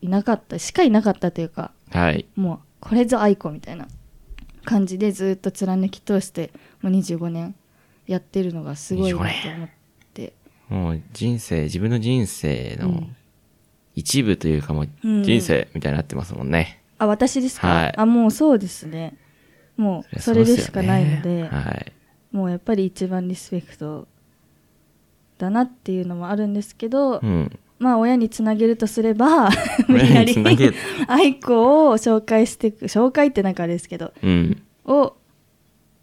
Speaker 2: いなかったしかいなかったというか
Speaker 3: はい。
Speaker 2: もうこれぞ愛子みたいな感じでずっと貫き通してもう25年やってるのがすごいなと思って
Speaker 3: もう人生、自分の人生
Speaker 2: う
Speaker 3: の
Speaker 2: ん
Speaker 3: 一部というかもう
Speaker 2: うん
Speaker 3: 人生みたいになってますもんね。
Speaker 2: あ私ですか、
Speaker 3: はい
Speaker 2: あもうそうですねもうそれでしかないの
Speaker 3: そ
Speaker 2: で
Speaker 3: うすよねはい。
Speaker 2: もうやっぱり一番リスペクトだなっていうのもあるんですけど、
Speaker 3: うん。
Speaker 2: まあ親につなげるとすれば無理
Speaker 3: 親
Speaker 2: や
Speaker 3: に
Speaker 2: り
Speaker 3: つなげる
Speaker 2: 愛子を紹介してく紹介ってなんかあれですけど
Speaker 3: うん。
Speaker 2: を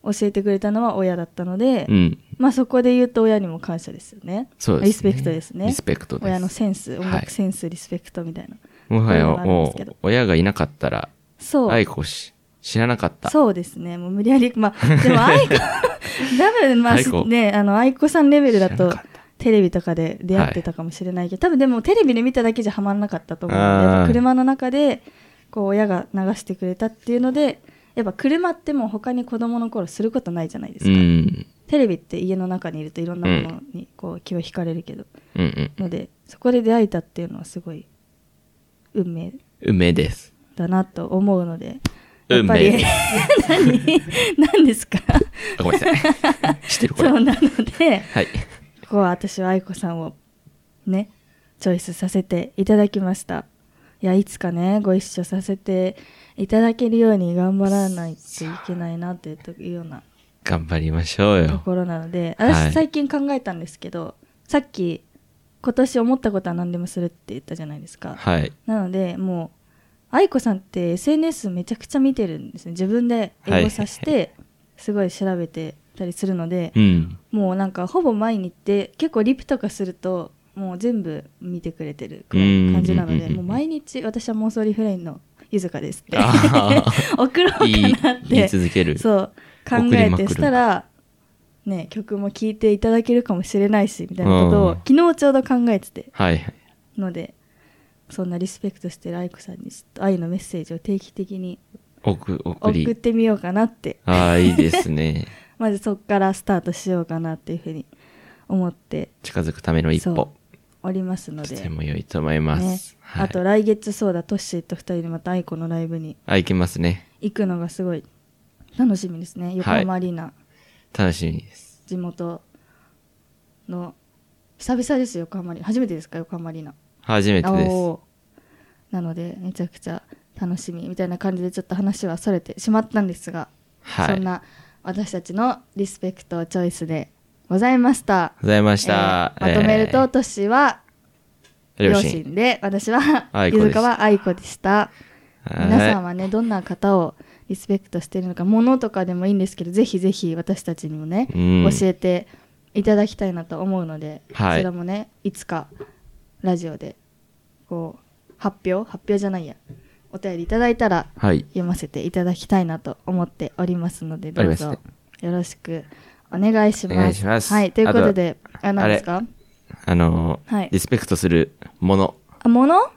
Speaker 2: 教えてくれたのは親だったので、
Speaker 3: うん。
Speaker 2: まあそこで言うと親にも感謝ですよね。
Speaker 3: そうですね
Speaker 2: リスペクトですね。
Speaker 3: リスペクトです
Speaker 2: 親のセンス、音
Speaker 3: はい
Speaker 2: 楽センス、リスペクトみたいな。
Speaker 3: もはや
Speaker 2: そういうのもあるんで
Speaker 3: も
Speaker 2: すけど
Speaker 3: う、親がいなかったら、
Speaker 2: そう。
Speaker 3: 愛子し、知らなかった。
Speaker 2: そうですね。もう無理やり、まあ、でも愛子、 多分ま
Speaker 3: 愛子
Speaker 2: あ、ね、あの、愛子さんレベルだ
Speaker 3: 知ら
Speaker 2: と
Speaker 3: なかった、
Speaker 2: テレビとかで出会ってたかもしれないけど、多分でもテレビで見ただけじゃハマらなかったと思うので、
Speaker 3: あー
Speaker 2: やっぱ車の中で、こう、親が流してくれたっていうので、やっぱ車ってもう他に子供の頃することないじゃないです
Speaker 3: う
Speaker 2: か。
Speaker 3: ん。
Speaker 2: テレビって家の中にいるといろんなものにこう気を引かれるけど、
Speaker 3: うんうん。
Speaker 2: のでそこで出会えたっていうのはすごい運命
Speaker 3: 梅です。
Speaker 2: だなと思うのでやっ
Speaker 3: 運
Speaker 2: ぱ
Speaker 3: 命で
Speaker 2: り
Speaker 3: す
Speaker 2: 何何ですか
Speaker 3: あごめんなさ い。知ってるこ
Speaker 2: そ
Speaker 3: れ。
Speaker 2: う
Speaker 3: は
Speaker 2: なの
Speaker 3: い。
Speaker 2: でここは私は愛子さんをねチョイスさせていただきましたいやいつかねご一緒させていただけるように頑張らないといけないなというような
Speaker 3: 頑張りましょう
Speaker 2: と
Speaker 3: よ。
Speaker 2: ころなので
Speaker 3: はい
Speaker 2: 私最近考えたんですけど、さっき今年思ったことは何でもするって言ったじゃないですか、
Speaker 3: はい。
Speaker 2: なのでもう愛子さんって SNS めちゃくちゃ見てるんですね自分でエゴさし
Speaker 3: はいは
Speaker 2: てすごい調べてたりするので、
Speaker 3: うん。
Speaker 2: もうなんかほぼ毎日って結構リプとかするともう全部見てくれてる
Speaker 3: うんうんうんうん
Speaker 2: 感じなのでもう毎日私は妄想リフレインのゆずかですって
Speaker 3: あ
Speaker 2: 送ろうか
Speaker 3: 言い
Speaker 2: なって
Speaker 3: 言い続ける
Speaker 2: そう考
Speaker 3: 送り
Speaker 2: え
Speaker 3: まく
Speaker 2: て
Speaker 3: る
Speaker 2: したらね曲も聴いていただけるかもしれないしみたいなこと
Speaker 3: う
Speaker 2: を
Speaker 3: ん
Speaker 2: 昨日ちょうど考えてて
Speaker 3: はいはい。
Speaker 2: のでそんなリスペクトしてる愛子さんにちょっと愛のメッセージを定期的に
Speaker 3: 送、送
Speaker 2: 送っ
Speaker 3: り。
Speaker 2: てみようかなって
Speaker 3: ああ、いいですね。
Speaker 2: まずそこからスタートしようかなっていうふうに思って
Speaker 3: 近づくための一
Speaker 2: そう
Speaker 3: 歩。
Speaker 2: おりますの
Speaker 3: と
Speaker 2: で、
Speaker 3: ても良いと思います
Speaker 2: ね。
Speaker 3: はい
Speaker 2: あと来月そうだトッシーと2人でまた愛子のライブに
Speaker 3: あ、行きますね。
Speaker 2: 行くのがすごい楽しみですね横浜アリーナ
Speaker 3: 楽しみです。
Speaker 2: 地元の久々です横浜リ初めてですか横浜リーナ
Speaker 3: 初めてです。
Speaker 2: おーなのでめちゃくちゃ楽しみみたいな感じでちょっと話はそれてしまったんですが、
Speaker 3: はい。あ
Speaker 2: そん
Speaker 3: りがと
Speaker 2: な私たちのリスペクトチョイスでございました
Speaker 3: うございました。
Speaker 2: えーまとめる
Speaker 3: え
Speaker 2: と、
Speaker 3: ー
Speaker 2: トシは両
Speaker 3: 両親。
Speaker 2: 親で、私は
Speaker 3: 愛子です
Speaker 2: ゆずかは愛子でした。
Speaker 3: はい
Speaker 2: 皆さんはね、どんな方をリスペクトしているのか、物とかでもいいんですけど、ぜひぜひ私たちにもね、
Speaker 3: うん
Speaker 2: 教えていただきたいなと思うので、
Speaker 3: はい
Speaker 2: それもね、いつかラジオで、こう、発表発表じゃないや。お便りいただいたら、
Speaker 3: はい。
Speaker 2: 読ませていただきたいなと思っておりますので、どう
Speaker 3: あ
Speaker 2: ぞ
Speaker 3: り
Speaker 2: よろしくお願いしま
Speaker 3: お
Speaker 2: す。
Speaker 3: 願いします
Speaker 2: はい、ということで、あ何ですか
Speaker 3: あのー
Speaker 2: はい
Speaker 3: リスペクトするもの。
Speaker 2: あ、もの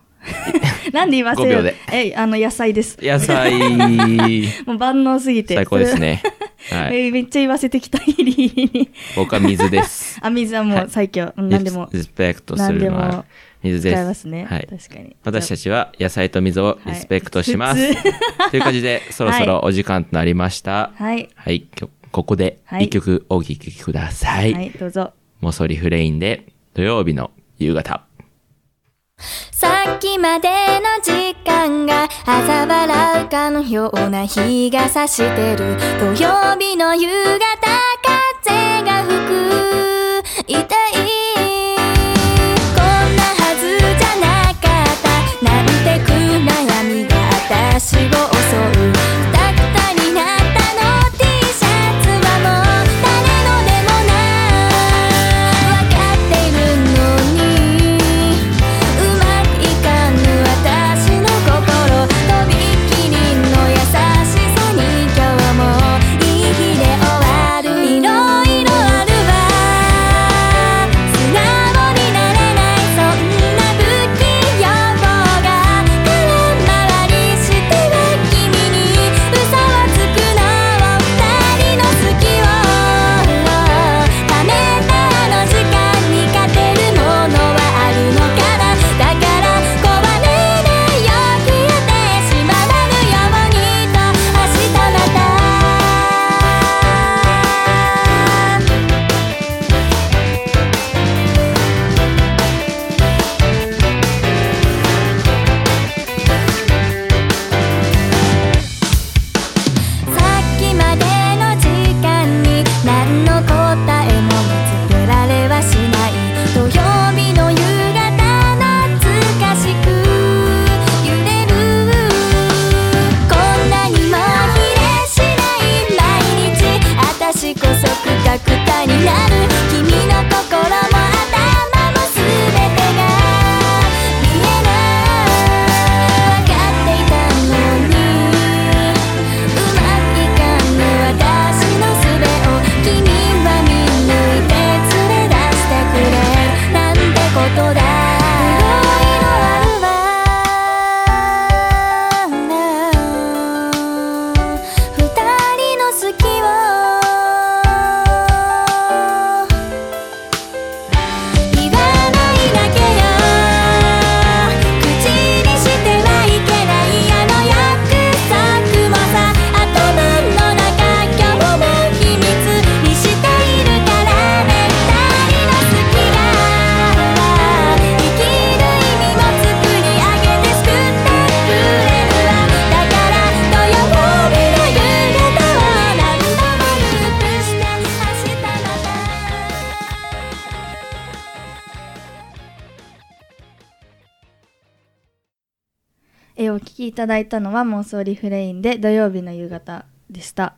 Speaker 2: なんで言わせ
Speaker 3: 5
Speaker 2: よ
Speaker 3: 秒
Speaker 2: う
Speaker 3: で
Speaker 2: え、あの、野菜です。
Speaker 3: 野 菜。
Speaker 2: もう万能すぎて。
Speaker 3: 最高ですね。
Speaker 2: それ。
Speaker 3: はい。
Speaker 2: えめっちゃ言わせてきた、ギリギリに。
Speaker 3: 僕は水です。
Speaker 2: あ、水はもう最強。うん 何でも
Speaker 3: リスペクトするの
Speaker 2: 何でも
Speaker 3: は水
Speaker 2: 使
Speaker 3: です。
Speaker 2: えますね。
Speaker 3: はい。
Speaker 2: 確かに。
Speaker 3: 私たちは野菜と水をリスペクトします。
Speaker 2: はい普通
Speaker 3: という感じで、そろそろお時間となりました。はい。
Speaker 2: はい。
Speaker 3: きょここで
Speaker 2: はい
Speaker 3: 一曲お聴きくださ
Speaker 2: はい、
Speaker 3: い。
Speaker 2: どうぞ。
Speaker 3: モソリフレインで土曜日の夕方。
Speaker 4: さっきまでの時間が嘲笑うかのような日が差してる土曜日の夕方風が吹く痛いこんなはずじゃなかったなんて苦悩みが私を襲うくたくたになったの T シャツはもう誰のでもないわかっているのにうまくいかぬ私の心とびっきりの野菜しさに今日もいい日で終わるいろいろあるわ素直になれないそんな不器用が空回りしては君に嘘をつくの二人の好きをためたあの時間に勝てるものはあるのかなだから壊れないよ消えてしまわぬようにと明日またさっきまでの時間に何の答えも見つけられはしない土曜日の夕方懐かしく揺れるこんなにも比例しない毎日私こそくたくたになる君の心も頭も全てが見えない分かっていたのにうまくいかぬ私の術を君は見抜いて連れ出してくれなんてことだいろいろあるわ二人の好きを言わないだけよ「口にしてはいけないあの約束もさ」「頭の中今日も秘密にしているからね」「二人の好きが生きる意味も作り上げて救ってくれるわ」「だから土曜日の夕方は何度もループして明日また」
Speaker 2: えーお聞きいただいたのは妄想リフレインで土曜日の夕方でした。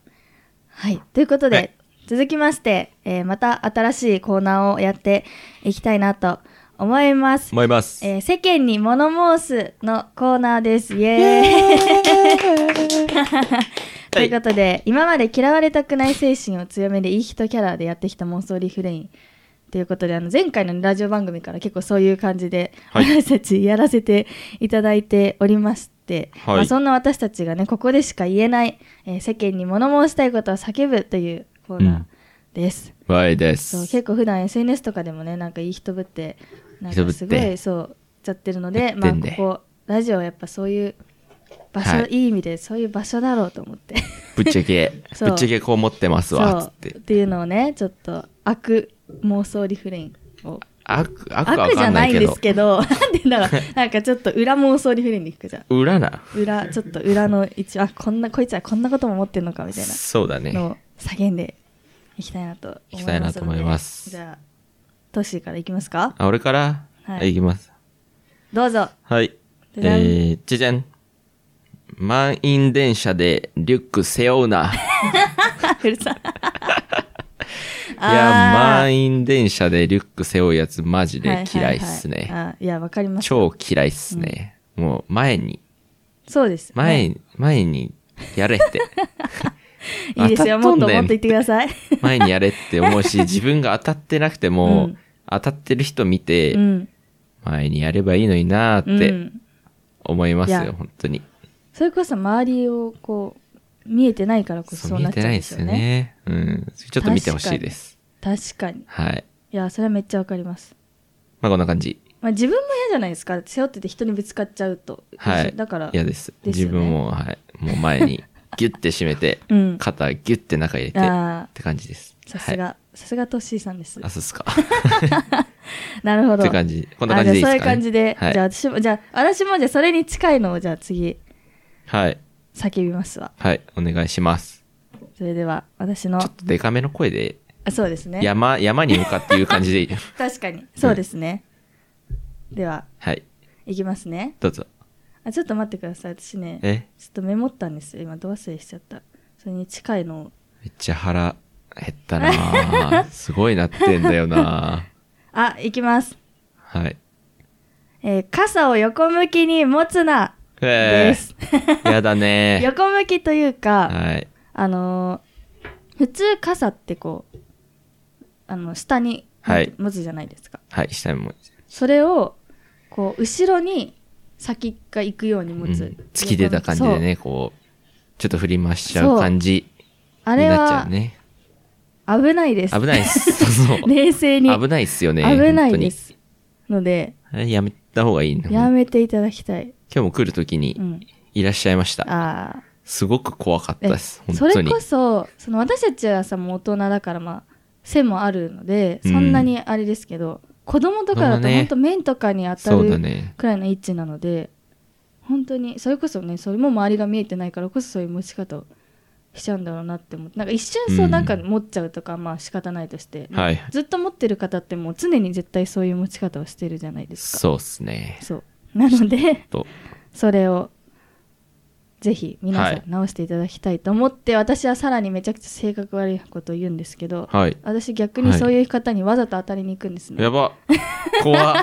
Speaker 2: はい。ということで、
Speaker 3: はい
Speaker 2: 続きまして、えーまた新しいコーナーをやっていきたいなと思います。
Speaker 3: 思います。
Speaker 2: えー世間に物申すのコーナーです。イエーイ ということで、今まで嫌われたくない精神を強めでいい人キャラでやってきた妄想リフレインということであの前回のラジオ番組から結構そういう感じで、
Speaker 3: はい
Speaker 2: 私たちやらせていただいておりまして、
Speaker 3: はい
Speaker 2: まあ、そんな私たちがねここでしか言えない、えー世間に物申したいことを叫ぶというコーナーです。
Speaker 3: わいで
Speaker 2: そう
Speaker 3: す。
Speaker 2: 結構普段 SNS とかでもねなんかいい人ぶってなん
Speaker 3: 人ぶ
Speaker 2: か
Speaker 3: って
Speaker 2: すごいそうやっちゃってるの
Speaker 3: や
Speaker 2: で
Speaker 3: ってん
Speaker 2: まあ
Speaker 3: で
Speaker 2: ここラジオはやっぱそういう場所、、
Speaker 3: はいい
Speaker 2: い意味でそういう場所だろうと思って
Speaker 3: ぶっちゃけ
Speaker 2: そう
Speaker 3: ぶっちゃけこう持ってますわつっ
Speaker 2: そう
Speaker 3: て
Speaker 2: っていうのをねちょっと悪妄想リフレインを
Speaker 3: 悪悪は分
Speaker 2: 悪じ
Speaker 3: か
Speaker 2: ゃ
Speaker 3: んな
Speaker 2: ないい
Speaker 3: け
Speaker 2: んで
Speaker 3: ど
Speaker 2: すけど なんでだろうなんかちょっと裏妄想リフレインでいくじゃん
Speaker 3: 裏な
Speaker 2: 裏ちょっと裏の一応あこんなこいつはこんなことも持ってんのかみたいな
Speaker 3: そうだ
Speaker 2: の
Speaker 3: ね
Speaker 2: を叫んでいきたいなと思
Speaker 3: い
Speaker 2: いますので
Speaker 3: きたいなと思います
Speaker 2: じゃあトッシーからいきますか
Speaker 3: あ俺から、
Speaker 2: はい
Speaker 3: い、きます
Speaker 2: ど うぞ
Speaker 3: はいえ
Speaker 2: じゃじゃん
Speaker 3: ー、じゃじゃん満員電車でリュック背負うな
Speaker 2: あうるさい
Speaker 3: いや
Speaker 2: あー
Speaker 3: 満員電車でリュック背負うやつマジ
Speaker 2: は
Speaker 3: で
Speaker 2: い
Speaker 3: 嫌いっすね、
Speaker 2: はいはいあいやわかります
Speaker 3: 超嫌いっすね、もう前に
Speaker 2: そうです
Speaker 3: 前に、
Speaker 2: ね
Speaker 3: 前にやれって。
Speaker 2: いいですよ
Speaker 3: 当たん
Speaker 2: もっともっと
Speaker 3: ねん
Speaker 2: 言ってく ださい
Speaker 3: 前にやれって思うし、自分が当たってなくても、
Speaker 2: うん
Speaker 3: 当たってる人見て、
Speaker 2: うん
Speaker 3: 前にやればいいのになーっ
Speaker 2: う
Speaker 3: て
Speaker 2: ん
Speaker 3: 思いますよ、
Speaker 2: いや
Speaker 3: 本当に。
Speaker 2: それこそ周りをこう見えてないからこそ
Speaker 3: そ
Speaker 2: そうう
Speaker 3: 見
Speaker 2: な
Speaker 3: え
Speaker 2: っち
Speaker 3: て
Speaker 2: ゃう
Speaker 3: なんい
Speaker 2: で
Speaker 3: ですすよね。う
Speaker 2: よね
Speaker 3: ん。ちょっと見てほしいです。
Speaker 2: 確かに
Speaker 3: はい。
Speaker 2: いやそれはめっちゃわかります
Speaker 3: まあこんな感じ。
Speaker 2: まあ、自分も嫌じゃないですか背負ってて人にぶつかっちゃうと、
Speaker 3: はい。
Speaker 2: だから
Speaker 3: 嫌です。
Speaker 2: です
Speaker 3: 自
Speaker 2: よね
Speaker 3: 分も、はい。もう前にギュッて締め て、
Speaker 2: うん
Speaker 3: 肩ギュッて中入れて、っ
Speaker 2: あ
Speaker 3: て感じです。
Speaker 2: ーさす
Speaker 3: はい。
Speaker 2: がさすがトッシーさんです
Speaker 3: あ、そうっすか。
Speaker 2: なるほ
Speaker 3: っ
Speaker 2: ど
Speaker 3: て感じ。こんな感じでいいですか、ね、
Speaker 2: あじゃあそういう感じで、
Speaker 3: はい
Speaker 2: じゃあ私もじゃあ私もじゃあそれに近いのをじゃあ次
Speaker 3: はい。
Speaker 2: 叫びますわ
Speaker 3: はい。お願いします。
Speaker 2: それでは私の
Speaker 3: ちょっとデカめの声で、
Speaker 2: あそうですね
Speaker 3: 山、山に向かっていう感じでい い。
Speaker 2: 確かにそうですね、では
Speaker 3: はい。
Speaker 2: いきますね
Speaker 3: どうぞ。
Speaker 2: あちょっと待ってください私ねちょ
Speaker 3: え
Speaker 2: っとメモったんですよ今ど忘れしちゃったそれに近いのを
Speaker 3: めっちゃ腹減った なぁすごいなってんだよな
Speaker 2: あいきます、
Speaker 3: ぁはい。
Speaker 2: えー傘を横向きに持つな
Speaker 3: え
Speaker 2: です、
Speaker 3: ー、やだね
Speaker 2: 横向きというか、
Speaker 3: はい。
Speaker 2: あのー普通傘ってこうあの下に
Speaker 3: はい
Speaker 2: 持つじゃないですか、
Speaker 3: はい、下にも。
Speaker 2: それをこう後ろに先が行くように
Speaker 3: う
Speaker 2: 持
Speaker 3: ん
Speaker 2: つ、
Speaker 3: 突き出た感じでね、こう、ちょっと振り回しちゃ
Speaker 2: そう
Speaker 3: う感じ
Speaker 2: そうあ
Speaker 3: に
Speaker 2: れ
Speaker 3: なっちゃ
Speaker 2: は
Speaker 3: うね。
Speaker 2: 危ないです
Speaker 3: 危ないっ す。そうそう。
Speaker 2: 冷静に
Speaker 3: 危ないっすよね。
Speaker 2: 危ないですので
Speaker 3: 本当に。あれやめた方がいいね。
Speaker 2: や
Speaker 3: 今
Speaker 2: めていただきたい、
Speaker 3: 日も来るとき
Speaker 2: う
Speaker 3: に、
Speaker 2: ん、
Speaker 3: いらっしゃいました。
Speaker 2: ああ
Speaker 3: すごく怖かったです。
Speaker 2: え
Speaker 3: 本
Speaker 2: そ
Speaker 3: 当
Speaker 2: れ
Speaker 3: に。
Speaker 2: こそその私たちはさもう大人だからまあ背もあるのでそんなにあれですけど、子供とかだ
Speaker 3: 子供
Speaker 2: と
Speaker 3: ね
Speaker 2: 本当面とかに当た
Speaker 3: そうだ
Speaker 2: る
Speaker 3: ね。
Speaker 2: くらいの位置なので、本当にそれこそねそれも周りが見えてないからこそそういう持ち方をしちゃうんだろうなって思ってなんか一瞬そううんなんか持っちゃうとか、まあ仕方ないとして、
Speaker 3: はい。
Speaker 2: ずっと持ってる方ってもう常に絶対そういう持ち方をしてるじゃないですか
Speaker 3: そうっすね。
Speaker 2: そうなので
Speaker 3: と、
Speaker 2: それをぜひ皆
Speaker 3: は
Speaker 2: さ
Speaker 3: い
Speaker 2: ん直していただきたいと思って、私はさらにめちゃくちゃ性格悪いことを言うんですけど、
Speaker 3: はい。
Speaker 2: 私逆にそういう方にわざと当たりに行くんですね、
Speaker 3: やば。怖っ。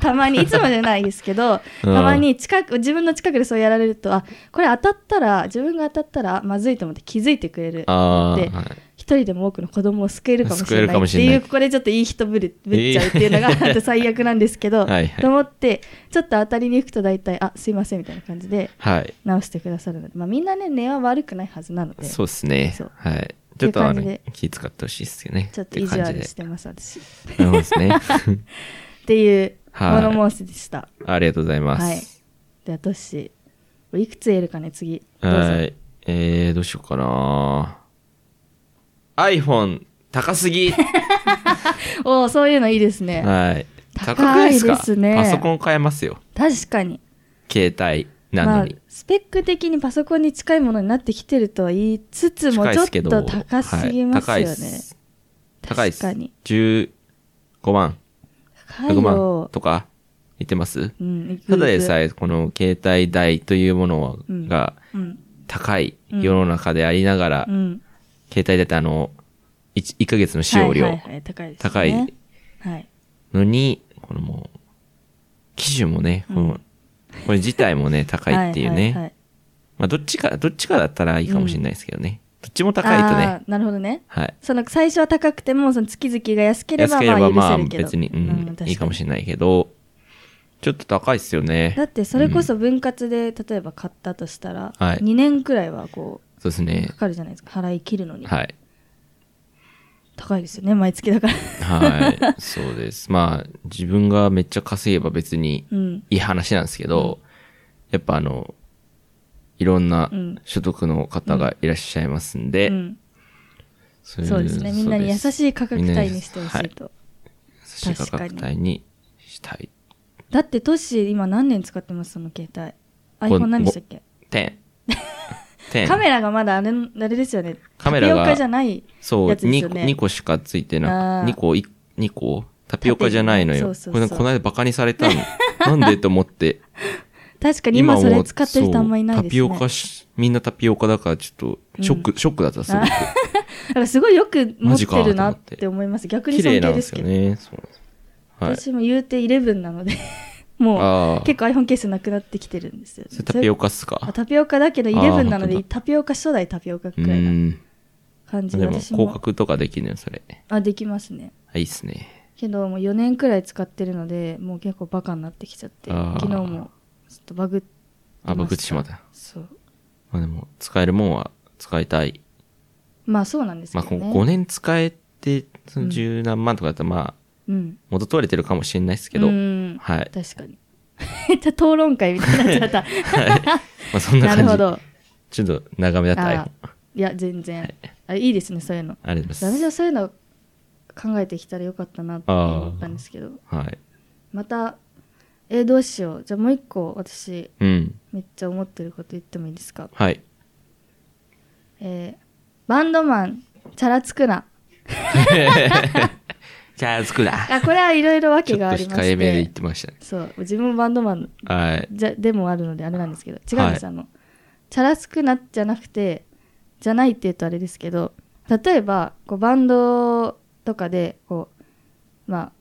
Speaker 2: たまにいつもじゃないですけど
Speaker 3: うん
Speaker 2: たまに近く自分の近くでそうやられるとあこれ当たったら自分が当たったらまずいと思って気づいてくれる
Speaker 3: あ
Speaker 2: で
Speaker 3: ーはい
Speaker 2: 一人でも多くの子供を救えるかもし
Speaker 3: 救え
Speaker 2: れ
Speaker 3: る
Speaker 2: ない
Speaker 3: かも
Speaker 2: っ
Speaker 3: してれない
Speaker 2: いうここでちょっといい人ぶるぶっちゃうっていうのが 本当最悪なんですけど
Speaker 3: はいはい
Speaker 2: と思ってちょっと当たりに行くと大体あすいませんみたいな感じで
Speaker 3: はい。
Speaker 2: 直してくださるので、まあ、みんなね根は悪くないはずなので
Speaker 3: そうっす
Speaker 2: そ
Speaker 3: ね
Speaker 2: う。
Speaker 3: はい。ちょっとあ
Speaker 2: って
Speaker 3: の
Speaker 2: 感じで、
Speaker 3: 気使ってほしいっすよね。
Speaker 2: ちょっと
Speaker 3: てい
Speaker 2: 意
Speaker 3: う
Speaker 2: 地
Speaker 3: 感じ
Speaker 2: 悪
Speaker 3: で
Speaker 2: してます私っ
Speaker 3: なるほどですね。
Speaker 2: ていう
Speaker 3: はい
Speaker 2: 物申しでした
Speaker 3: ありがとうございま
Speaker 2: はい
Speaker 3: す。
Speaker 2: ではトッシーいくつ言えるかね次どうぞ
Speaker 3: はい。えー、どうしようかな iPhone 高すぎ。
Speaker 2: おおそういうのいいですね、
Speaker 3: はい。
Speaker 2: 高
Speaker 3: 高
Speaker 2: い
Speaker 3: くないですか
Speaker 2: ですね
Speaker 3: パソコン買えますよ。
Speaker 2: 確かに
Speaker 3: 携帯なのに
Speaker 2: まあ。スペック的にパソコンに近いものになってきてるとは言いつつも
Speaker 3: 近い
Speaker 2: ち
Speaker 3: っ
Speaker 2: ょっ
Speaker 3: すけど
Speaker 2: と高すぎますよ
Speaker 3: はい
Speaker 2: ね、
Speaker 3: 高いっす高いっす。
Speaker 2: 確かに
Speaker 3: 15万、
Speaker 2: 高い
Speaker 3: 100万
Speaker 2: よ、
Speaker 3: とか、言ってます
Speaker 2: うん、
Speaker 3: ただでさ
Speaker 2: え、
Speaker 3: え、この携帯代というものは
Speaker 2: うん
Speaker 3: が
Speaker 2: うん
Speaker 3: 高い世の中でありながら、
Speaker 2: うん、
Speaker 3: 携帯だってあの、1, ヶ月の使用
Speaker 2: は
Speaker 3: 量
Speaker 2: いはいはい高いです、ね、
Speaker 3: 高い
Speaker 2: はい
Speaker 3: のに、このもう、機種もね、このこれ自体もね、高いっていう
Speaker 2: ははは
Speaker 3: ね。まあ、どっちか、どっちかだったらいいかもしれないですけどね。どっちも高いとね
Speaker 2: あ、ーなるほどね
Speaker 3: はい。
Speaker 2: その最初は高くてもその月々が安けれ
Speaker 3: 安
Speaker 2: ば
Speaker 3: ければ
Speaker 2: ま
Speaker 3: ま
Speaker 2: あ
Speaker 3: あ
Speaker 2: 許せるけど、
Speaker 3: 別に、う
Speaker 2: うん
Speaker 3: ん、いいかもしれないけど、ちょっと高いっすよね。
Speaker 2: だってそれこそ分割で例えば買ったとしたら、
Speaker 3: はい
Speaker 2: 2年くらいはこう
Speaker 3: そうですね
Speaker 2: か。かるじゃないですか払い切るのに、
Speaker 3: はい。
Speaker 2: 高いですよね毎月だから
Speaker 3: はい。そうです。まあ、自分がめっちゃ稼げば別に
Speaker 2: うん
Speaker 3: いい話なんですけど、やっぱあの、いろんな
Speaker 2: うん
Speaker 3: 所得の方がいらっしゃいますんで、
Speaker 2: うん、
Speaker 3: そい
Speaker 2: そうですねみんなに優しい価格帯にしてほしいと、
Speaker 3: 優しい価格帯にしたい。
Speaker 2: だってトッシー今何年使ってますその携帯
Speaker 3: こん
Speaker 2: iPhone 何でしたっけ
Speaker 3: 点。点。
Speaker 2: カメラがまだあれあれですよね
Speaker 3: カメラが
Speaker 2: タピオカじゃない
Speaker 3: そう、
Speaker 2: やつです
Speaker 3: 2
Speaker 2: よ
Speaker 3: 個
Speaker 2: ね
Speaker 3: 二個しかついて
Speaker 2: あ
Speaker 3: な
Speaker 2: ー
Speaker 3: く、2個、い二個タピオカじゃないのよ。
Speaker 2: そうそうそう
Speaker 3: これなんかこの間バカにされたの。 なんでと思って。
Speaker 2: 確かに今
Speaker 3: も
Speaker 2: それ使ってる人あんまいないですね
Speaker 3: そうタピオカし、みんなタピオカだからちょっと、ショック、ショックだった、すごく。
Speaker 2: だからすごいよく持
Speaker 3: マ
Speaker 2: っ
Speaker 3: ジ
Speaker 2: て
Speaker 3: か
Speaker 2: るな
Speaker 3: と思っ
Speaker 2: っ
Speaker 3: て
Speaker 2: て思います逆に
Speaker 3: 綺
Speaker 2: 尊
Speaker 3: 麗な
Speaker 2: 敬
Speaker 3: んで
Speaker 2: ですすけ
Speaker 3: よ
Speaker 2: ど、
Speaker 3: ね。そうはい。
Speaker 2: 私も言うて11なので も
Speaker 3: あ
Speaker 2: う
Speaker 3: あ。
Speaker 2: 結構 iPhone ケースなくなってきてるんですよ、
Speaker 3: それタピオ
Speaker 2: カ
Speaker 3: カっすか
Speaker 2: タピオカだけど
Speaker 3: ああ
Speaker 2: 11なので
Speaker 3: 本当
Speaker 2: タピオカ初代タピオカ
Speaker 3: う。
Speaker 2: くらいなん感じ
Speaker 3: でも、
Speaker 2: 私
Speaker 3: 広
Speaker 2: も
Speaker 3: 角とかできるのよ、それ。
Speaker 2: あできますね
Speaker 3: あいいっすね。
Speaker 2: けどもう4年くらい使ってるのでもう結構バカになってきちゃって
Speaker 3: ああ
Speaker 2: 昨日もちょっとバグって
Speaker 3: あ、バグってしまった。
Speaker 2: そう
Speaker 3: まあでも、使えるもんは使いたい。
Speaker 2: まあそうなんですけ
Speaker 3: まあ、
Speaker 2: どね、
Speaker 3: 5年使えて、そ
Speaker 2: うん
Speaker 3: の十何万とかだったら、まあ、
Speaker 2: うん
Speaker 3: 元取れてるかもしれないですけど、
Speaker 2: う
Speaker 3: はい。
Speaker 2: ん
Speaker 3: ま
Speaker 2: 確かに 討論会みたいになっちゃった
Speaker 3: あ、そんな
Speaker 2: なるほ
Speaker 3: 感
Speaker 2: ど。
Speaker 3: じ。ちょっと長めだった
Speaker 2: あ
Speaker 3: iPhone
Speaker 2: ーいや、全然。
Speaker 3: はい
Speaker 2: あいいですね、そういうの。
Speaker 3: ありがとうござ
Speaker 2: ダ
Speaker 3: い
Speaker 2: メ
Speaker 3: ま
Speaker 2: だ、そういうの考えてきたらよかったなって思ったんですけど、
Speaker 3: す。はい。
Speaker 2: また、えーどうしよう。じゃあもう一個、私、
Speaker 3: うん。
Speaker 2: めっちゃ思ってること言ってもいいですか。
Speaker 3: はい。
Speaker 2: えーバンドマン、チャラつくな。
Speaker 3: じゃあ、つくだ。
Speaker 2: あ、これはいろいろ
Speaker 3: ちょ
Speaker 2: 訳
Speaker 3: っ
Speaker 2: があ
Speaker 3: と
Speaker 2: りま
Speaker 3: 控え
Speaker 2: し、
Speaker 3: めで言っててましたね。
Speaker 2: そう、自分もバンドマン
Speaker 3: はい。
Speaker 2: じゃでもあるので、あれなんですけど、違うんです、
Speaker 3: は
Speaker 2: あの、チャラつくなじゃなくて、じゃないって言うとあれですけど、例えば、こうバンドとかで、こう、まあ、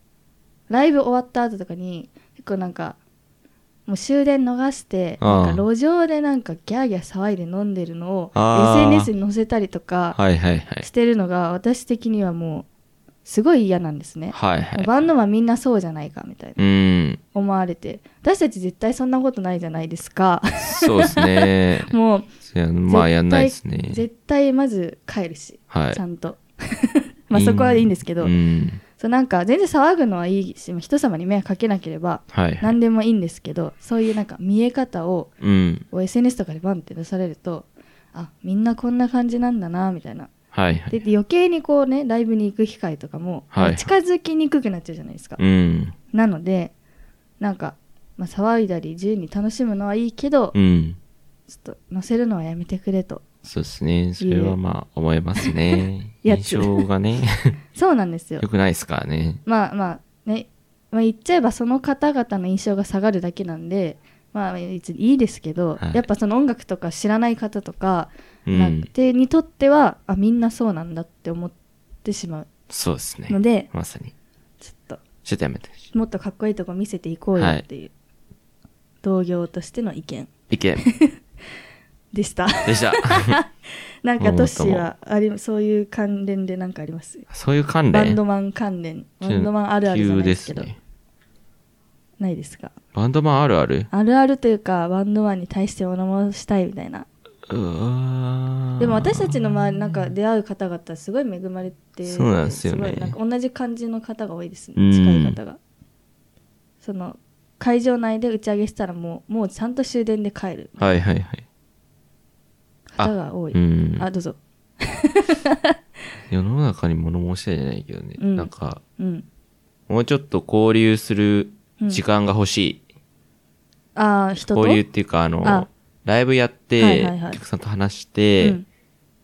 Speaker 2: ライブ終わった後とかに、結構なんか、もう終電逃して、
Speaker 3: ああ
Speaker 2: なんか路上でなんかギャーギャー騒いで飲んでるのを
Speaker 3: ああ
Speaker 2: SNS に載せたりとか
Speaker 3: はいはいはい
Speaker 2: し。てるのが私的にはもうすごい嫌なんですね。
Speaker 3: はいはい。
Speaker 2: バンドマンみんなそうじゃないかみたいな
Speaker 3: うん。
Speaker 2: 思われて、私たち絶対そんなことないじゃないで すか。。
Speaker 3: そうですね
Speaker 2: もう
Speaker 3: いやまあ、やんないです
Speaker 2: 絶対
Speaker 3: ね。
Speaker 2: 絶対まず帰るし、
Speaker 3: はい
Speaker 2: ちゃんと まあそこはいいんですけど、
Speaker 3: うん。
Speaker 2: そうなんか全然騒ぐのはいいし人様に迷惑かけなければ
Speaker 3: はいはい。
Speaker 2: 何でもいいんですけどそういうなんか見え方を
Speaker 3: うん。
Speaker 2: こう SNS とかでバンって出されるとあみんなこんな感じなんだなみたいな
Speaker 3: はいは
Speaker 2: で
Speaker 3: い。
Speaker 2: 余計にこうねライブに行く機会とかも、
Speaker 3: はい
Speaker 2: 近づきにくくなっちゃうじゃないですか、
Speaker 3: うん。
Speaker 2: なのでなんか、まあ、騒いだり自由に楽しむのはいいけど、
Speaker 3: うん。
Speaker 2: ちょっと載せるのはやめてくれと。
Speaker 3: そうですね。それはまあ、思いますね
Speaker 2: やつ
Speaker 3: 印象がね、
Speaker 2: そうなんですよ
Speaker 3: 良くないですからね。
Speaker 2: まあまあね、まあ、言っちゃえばその方々の印象が下がるだけなんでまあ別にいいですけど、
Speaker 3: はい
Speaker 2: やっぱその音楽とか知らない方とか、
Speaker 3: うん
Speaker 2: なんてにとってはあみんなそうなんだって思ってしまう
Speaker 3: そうですね。
Speaker 2: ので
Speaker 3: まさに。
Speaker 2: ちょっ
Speaker 3: ちょっとやめて。
Speaker 2: ともっとかっこいいとこ見せていこうよっていう、同業としての意見
Speaker 3: 意 見
Speaker 2: でした
Speaker 3: でした。
Speaker 2: なんかトッシーはありそういう関連で何かあります
Speaker 3: そういう関連。
Speaker 2: バンドマン関連バンドマンあるあるじゃないですけど
Speaker 3: 急ね
Speaker 2: ないですか
Speaker 3: バンドマンあるある
Speaker 2: あるあるというかバンドマンに対して物申したいみたいな
Speaker 3: うわー
Speaker 2: でも私たちの周りなんか出会う方々すごい恵まれて
Speaker 3: そうなんですよね
Speaker 2: ごいなんか同じ感じの方が多いです
Speaker 3: うん
Speaker 2: ね近い方がその会場内で打ち上げしたらもうもうちゃんと終電で帰る
Speaker 3: はいはいはい。
Speaker 2: 方が多いあ,、
Speaker 3: うん。
Speaker 2: どうぞ
Speaker 3: 世の中に物申したいじゃないけどね。
Speaker 2: うん
Speaker 3: なんか、
Speaker 2: うん
Speaker 3: もうちょっと交流する時間が欲しい。
Speaker 2: ああ人と
Speaker 3: 交流っていうか、あの、
Speaker 2: あ
Speaker 3: ライブやって、
Speaker 2: はいはいはい
Speaker 3: お客さんと話し
Speaker 2: う
Speaker 3: て、
Speaker 2: ん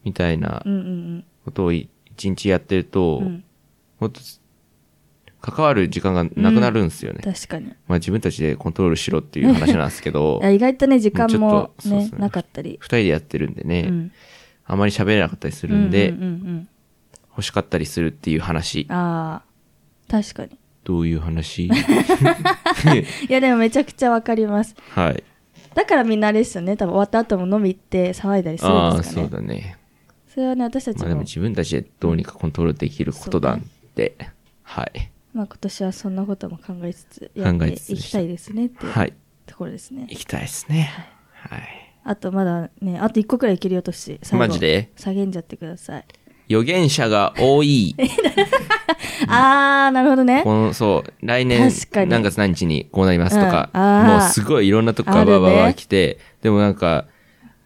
Speaker 3: みたいな
Speaker 2: うんうん
Speaker 3: ことを一日やってると、
Speaker 2: うんうん
Speaker 3: もっと関わる時間がなくなるんですよね。
Speaker 2: 確かに
Speaker 3: まあ自分たちでコントロールしろっていう話なんですけど
Speaker 2: あ、意外とね時間
Speaker 3: もう
Speaker 2: も
Speaker 3: ちょっとそう
Speaker 2: ね
Speaker 3: そう
Speaker 2: なかったり
Speaker 3: 二人でやってるんでね、
Speaker 2: うん
Speaker 3: あまり喋れなかったりするんで、
Speaker 2: うんうんうん
Speaker 3: 欲しかったりするっていう話
Speaker 2: うん、。ああ確かに
Speaker 3: どういう 話
Speaker 2: いやでもめちゃくちゃわかります
Speaker 3: はい。
Speaker 2: だからみんなあれですよね多分終わった後も飲み行って騒いだりするん
Speaker 3: あ
Speaker 2: で
Speaker 3: あ、
Speaker 2: す
Speaker 3: そ
Speaker 2: かね
Speaker 3: うだね。
Speaker 2: それはね私たち
Speaker 3: まあ
Speaker 2: も、
Speaker 3: でも
Speaker 2: ま
Speaker 3: 自分たちでどうにかコントロールできることなんで、はい。
Speaker 2: あ、今年はそんなことも考えつつやっ
Speaker 3: 考
Speaker 2: て
Speaker 3: え
Speaker 2: い
Speaker 3: つつ
Speaker 2: きたいですねっていう
Speaker 3: はい。
Speaker 2: ところですね、
Speaker 3: 行きたいですね。はい。
Speaker 2: あとまだねあと1個くらいいけるよとし最後
Speaker 3: マジで
Speaker 2: 下げんじゃってください
Speaker 3: 予言者が多い。
Speaker 2: あーなるほどね
Speaker 3: この、そう、来年
Speaker 2: 確かに
Speaker 3: 何月何日にこうなりますとか、
Speaker 2: うんあー
Speaker 3: もうすごいいろんなとこから
Speaker 2: あるね
Speaker 3: わわわ来て、でもなんか、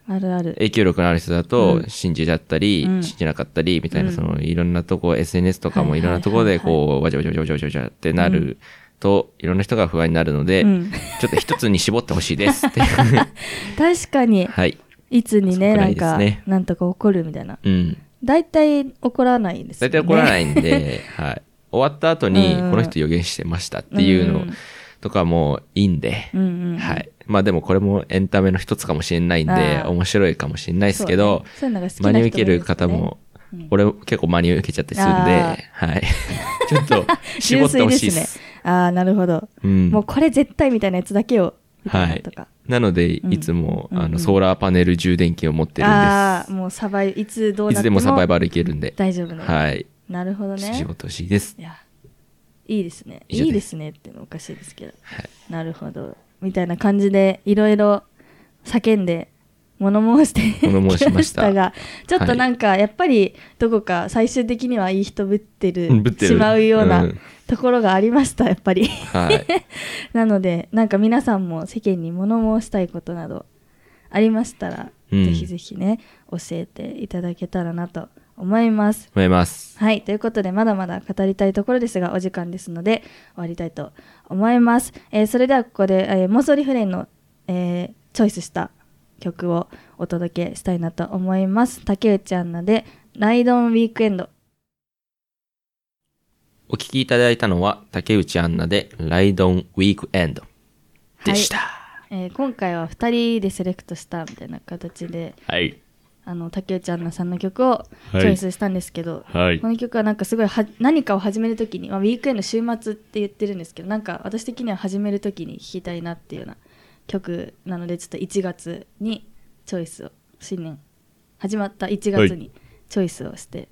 Speaker 2: あるある。
Speaker 3: 影響力のある人だ
Speaker 5: う
Speaker 3: と
Speaker 5: ん
Speaker 3: 信じちゃったり、
Speaker 5: うん
Speaker 3: 信じなかったりみたいな、
Speaker 5: うん
Speaker 3: そのいろんなとこ SNS とかも
Speaker 5: はい
Speaker 3: い
Speaker 5: はい
Speaker 3: ろん
Speaker 5: はいはい
Speaker 3: なとこでこうわちゃわちゃわちゃわちゃわちゃわちゃってなると、いろんな人が不安になるので、
Speaker 5: うん
Speaker 3: ちょっと一つに絞ってほしいですっていう
Speaker 2: 確かに、
Speaker 3: はい
Speaker 2: いつにね、
Speaker 3: そうく
Speaker 2: な
Speaker 3: ら
Speaker 2: ん
Speaker 3: いです
Speaker 2: か
Speaker 3: ね、
Speaker 2: なんとか怒るみたいな。
Speaker 3: うん
Speaker 2: 大体怒らないんですよ
Speaker 3: 大体
Speaker 2: ね。
Speaker 3: 怒らないん で、はい終わった後に
Speaker 2: うん
Speaker 3: この人予言してましたっていう
Speaker 2: う
Speaker 3: の
Speaker 2: ん
Speaker 3: とかもいいんで、
Speaker 5: うんうん
Speaker 3: はいまあでもこれもエンタメの一つかもしれないんで
Speaker 2: あー
Speaker 3: 面白いかもしれないですけ
Speaker 2: そう
Speaker 3: ど、
Speaker 2: ねそういうのが好きな
Speaker 3: 真に
Speaker 2: 人もいる
Speaker 3: 受ける方も、俺結構真に受けちゃったりするん
Speaker 2: あー
Speaker 3: で、はい。 ちょっと、絞ってほしいです。
Speaker 2: 純粋ですね。ああ、なるほど。
Speaker 3: うん。
Speaker 2: もうこれ絶対みたいなやつだけを、みたい
Speaker 3: は
Speaker 2: ないとか。。
Speaker 3: なので、
Speaker 2: ん
Speaker 3: いつも、
Speaker 2: うんうん
Speaker 3: あの、ソーラーパネル充電器を持ってるん
Speaker 2: あ
Speaker 3: で
Speaker 2: あ、もうサバイ、いつどう
Speaker 3: す。いつ
Speaker 2: なって
Speaker 3: で
Speaker 2: も
Speaker 3: もサバイバルいけるんで。
Speaker 2: 大丈夫な。
Speaker 3: はい。
Speaker 2: なるほどね。
Speaker 3: 絞ってほしいです
Speaker 2: い。や、いいですね。
Speaker 3: 以上です
Speaker 2: いいですねってのおかしいですけど。
Speaker 3: はい。
Speaker 2: なるほど。みたいな感じで、いろいろ叫んで、物申して
Speaker 3: 物申しま した
Speaker 2: きが、ちょっとなんか、やっぱり、どこか最終的にはいい人ぶってる
Speaker 3: うんぶってる
Speaker 2: しまうよう
Speaker 3: う
Speaker 2: なんところがありました、やっぱり。
Speaker 3: はい。
Speaker 2: なので、なんか皆さんも世間に物申したいことなどありましたら、
Speaker 3: うん
Speaker 2: ぜひぜひね、教えていただけたらなと思います。
Speaker 3: 思います。
Speaker 2: はい。ということで、まだまだ語りたいところですが、お時間ですので、終わりたいと思います。えーそれでは、ここで、えー、妄想リフレインの、えーチョイスした曲をお届けしたいなと思います。竹内アンナで、ライドオンウィークエンド。
Speaker 3: お聞きいただいたのは、竹内アンナで、ライドンウィークエンドでした。
Speaker 2: えー今回は2人でセレクトしたみたいな形で、
Speaker 3: はい。
Speaker 2: あの竹内アンナさんの曲をチ
Speaker 3: はい
Speaker 2: ョイスしたんですけど、
Speaker 3: はい
Speaker 2: こ。の曲はなんかすごいは何かを始めるときに、まあ、ウィークエンド週末って言ってるんですけどなんか私的には始めるときに聴きたいなっていうような曲なのでちょっと1月にチョイスを新年始まった1月にチョイスをして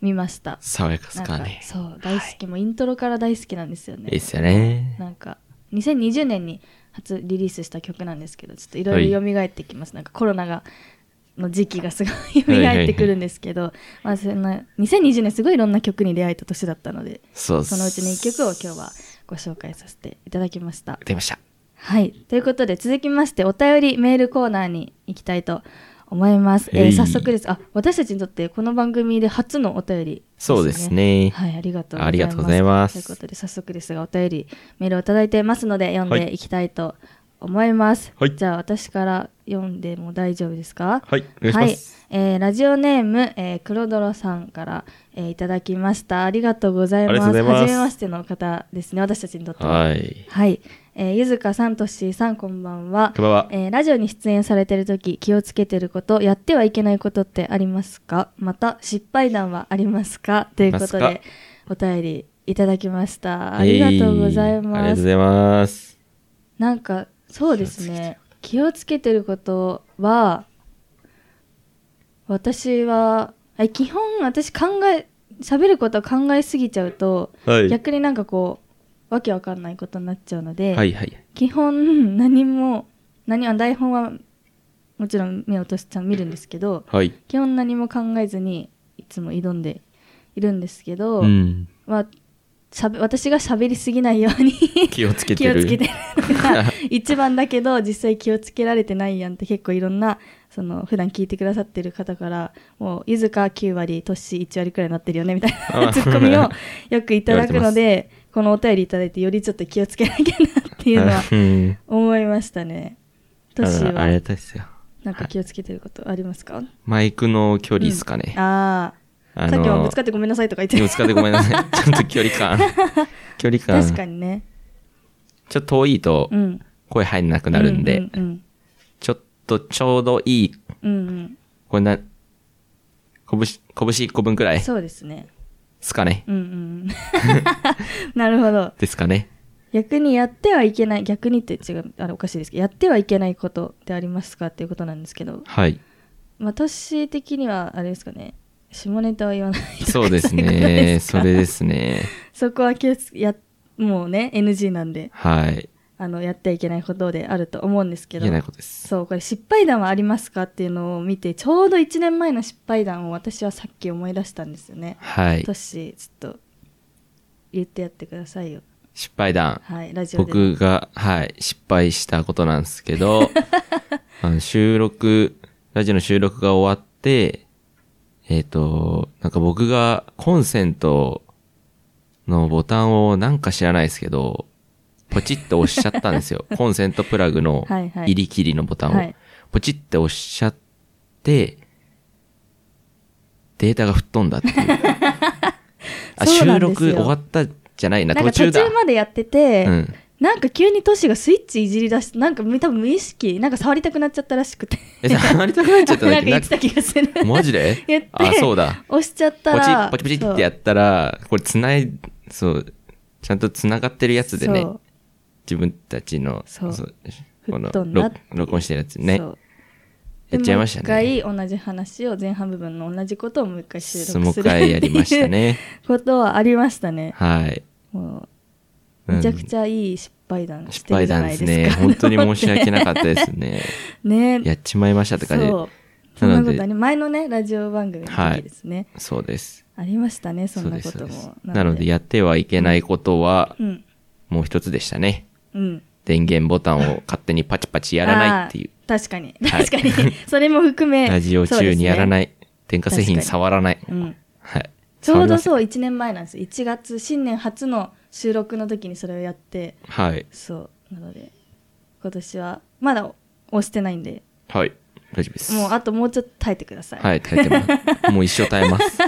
Speaker 2: みました、
Speaker 3: 爽やかですか
Speaker 2: なんか
Speaker 3: ね。
Speaker 2: そう大好き、もうイントロから大好きなんですよね
Speaker 3: いいっすよね。
Speaker 2: なんか2020年に初リリースした曲なんですけどちょっといろ
Speaker 3: はい
Speaker 2: いろ蘇ってきます、なんかコロナがの時期がすごい蘇ってくるんですけど、まあ、そんな2020年すごいいろんな曲に出会えた年だったので
Speaker 3: そうっす
Speaker 2: そのうちの1曲を今日はご紹介させていただきました
Speaker 3: 出ました。
Speaker 2: はい。ということで、続きまして、お便りメールコーナーに行きたいと思います。えー
Speaker 3: へい
Speaker 2: 早速です。あ、私たちにとって、この番組で初のお便りですね、
Speaker 3: そうですね
Speaker 2: はい、ありがとうございます。
Speaker 3: ありがとうございます
Speaker 2: ということで、早速ですが、お便りメールをいただいてますので、読んでいきたいと思います。
Speaker 3: はい
Speaker 2: じゃあ、私から読んでも大丈夫ですか
Speaker 3: はいお願いします
Speaker 2: はい。えーラジオネーム、えー、黒泥さんから、えーいただきました。ありがとうございます。
Speaker 3: ありがとうございます
Speaker 2: 初めましての方ですね、私たちにとっては
Speaker 3: はい。
Speaker 2: はい。えーゆずかさん、とっしーさん、こんばんは。
Speaker 3: こんばんは
Speaker 2: えーラジオに出演されてるとき、気をつけてること、やってはいけないことってありますかまた、失敗談はありますかということ
Speaker 3: あり
Speaker 2: で、お便りいただきました。ありがとうござい
Speaker 3: えーありが
Speaker 2: ま
Speaker 3: とうご
Speaker 2: す。
Speaker 3: ざいます。
Speaker 2: なんか、そうですね。気をつけてることは、私は、え基本、私考え、喋ることを考えすぎちゃうと、
Speaker 3: はい
Speaker 2: 逆になんかこう、わけわかんないことになっちゃうので、
Speaker 3: はいはい。
Speaker 2: 基本何も何は台本はもちろん目を落としちゃん見るんですけど
Speaker 3: はい。
Speaker 2: 基本何も考えずにいつも挑んでいるんですけど、
Speaker 3: うん。
Speaker 2: まあ、しゃべ私が喋りすぎないように
Speaker 3: 気をつけてる
Speaker 2: 気をつけてるのが 一番だけど実際気をつけられてないやんって結構いろんなその普段聞いてくださってる方からもうゆずか9割とし1割くらいになってるよねみたいな
Speaker 3: あ
Speaker 2: ツッコミをよくいただくのでこのお便りいただいてよりちょっと気をつけなきゃなっていうのは
Speaker 3: うん。
Speaker 2: 思いましたね。トシ
Speaker 3: あのあり
Speaker 2: は
Speaker 3: がたいですよ。
Speaker 2: なんか気をつけてることありますか、
Speaker 3: マイクの距離ですかね。
Speaker 2: ああ、
Speaker 3: あの
Speaker 2: さっきもぶつかってごめんなさいとか言って
Speaker 3: ぶつかってごめんなさい。 ちょっと距離感。距離感。
Speaker 2: 確かにね。
Speaker 3: ちょっと遠いと
Speaker 2: うん。
Speaker 3: 声入んなくなるんで、
Speaker 2: うんうん
Speaker 3: ちょっとちょうどいい、
Speaker 2: うん、うん
Speaker 3: これな、拳、拳一個分くら
Speaker 2: う
Speaker 3: い
Speaker 2: ん。
Speaker 3: で
Speaker 2: そうですね。
Speaker 3: すかね。
Speaker 2: うんうんうん。 なるほど。
Speaker 3: ですかね。
Speaker 2: 逆にやってはいけない、逆にって違う、あれおかしいですけど、やってはいけないことってありますかっていうことなんですけど、
Speaker 3: はい。
Speaker 2: まあ、私的には、あれですかね、下ネタは言わないとか
Speaker 3: そうです
Speaker 2: いこと
Speaker 3: ね。
Speaker 2: です
Speaker 3: そ
Speaker 2: か
Speaker 3: れですね。
Speaker 2: そこは気をつけ、や、もうね、NG なんで。
Speaker 3: はい。
Speaker 2: あのやってはいけないことであると思うんですけ
Speaker 3: い
Speaker 2: ど
Speaker 3: けないことです。
Speaker 2: そうこれ失敗談はありますかっていうのを見てちょうど1年前の失敗談を私はさっき思い出したんですよね。
Speaker 3: はい
Speaker 2: トッ。シーちょっと言ってやってくださいよ。
Speaker 3: 失敗談。
Speaker 2: はいラジオで。
Speaker 3: 僕が、はい、失敗したことなんですけど、あの収録、ラジオの収録が終わって、えっ、と、なんか僕がコンセントのボタンをなんか知らないですけど、ポチッと押しちゃったんです よ。コンセントプラグの
Speaker 2: はいはい
Speaker 3: 入り切りのボタンを。
Speaker 2: はい
Speaker 3: ポチッて押しちゃって、データが吹っ飛んだっていう。 あ、
Speaker 2: そうな
Speaker 3: 収
Speaker 2: んですよ
Speaker 3: 録終わったじゃないな、
Speaker 2: なん
Speaker 3: 途
Speaker 2: か途
Speaker 3: 中だ。
Speaker 2: 中までやってて、
Speaker 3: うん。
Speaker 2: なんか急にトシがスイッチいじり出して、なんかみ多分無意識、なんか触りたくなっちゃったらしくて。
Speaker 3: え、触りたくなっちゃった
Speaker 2: な
Speaker 3: だ
Speaker 2: んか
Speaker 3: け
Speaker 2: 言ってた気がする。
Speaker 3: マジで
Speaker 2: 言って
Speaker 3: あ、そうだ。
Speaker 2: 押しちゃった
Speaker 3: ポチ
Speaker 2: ら。
Speaker 3: ッ、ポチポチってやったら、これ繋い、そう、ちゃんと繋がってるやつでね
Speaker 2: そ、う
Speaker 3: 自分たちの、
Speaker 2: そう
Speaker 3: うこの
Speaker 2: 吹っ飛んだ
Speaker 3: 録録音してるやつね
Speaker 2: そ、う
Speaker 3: やっちゃいましたね。
Speaker 2: でもう一回同じ話を前半部分の同じことをもう一回収録す
Speaker 3: そ
Speaker 2: る
Speaker 3: うもう一回やりましたね。
Speaker 2: っていう ことはありましたね。
Speaker 3: はい。
Speaker 2: もう
Speaker 3: うん
Speaker 2: めちゃくちゃいい失敗談し
Speaker 3: 失
Speaker 2: てる
Speaker 3: 敗
Speaker 2: じゃ
Speaker 3: 談
Speaker 2: な
Speaker 3: で
Speaker 2: い
Speaker 3: す
Speaker 2: ですか。
Speaker 3: ね。本当に申し訳なかったですね。
Speaker 2: ね。
Speaker 3: やっちまいましたって感じで
Speaker 2: そう。そ
Speaker 3: なんの
Speaker 2: な
Speaker 3: で
Speaker 2: ことあり前のね、ラジオ番組の時ですね。
Speaker 3: そうです。
Speaker 2: ありましたね、そんなこ
Speaker 3: そ
Speaker 2: と
Speaker 3: うです
Speaker 2: も
Speaker 3: そう。ですなので、やってはいけないことは、
Speaker 2: うん。
Speaker 3: もう一つでしたね。
Speaker 2: うん。
Speaker 3: 電源ボタンを勝手にパチパチやらないっていう。
Speaker 2: あー確かに。
Speaker 3: はい
Speaker 2: 確かに。それも含め。
Speaker 3: ラジオ中にやら
Speaker 2: い。
Speaker 3: ない。電化製品触らない。
Speaker 2: うん。
Speaker 3: はい。。
Speaker 2: ちょうどそうう、1年前なんですよ。1月、新年初の収録の時にそれをやって、
Speaker 3: はい。
Speaker 2: そう。なので、今年は、まだ押してないんで、
Speaker 3: はい。大丈夫です。
Speaker 2: もうあともうちょっと耐えてください。
Speaker 3: はい、耐えてます。もう一生耐えます。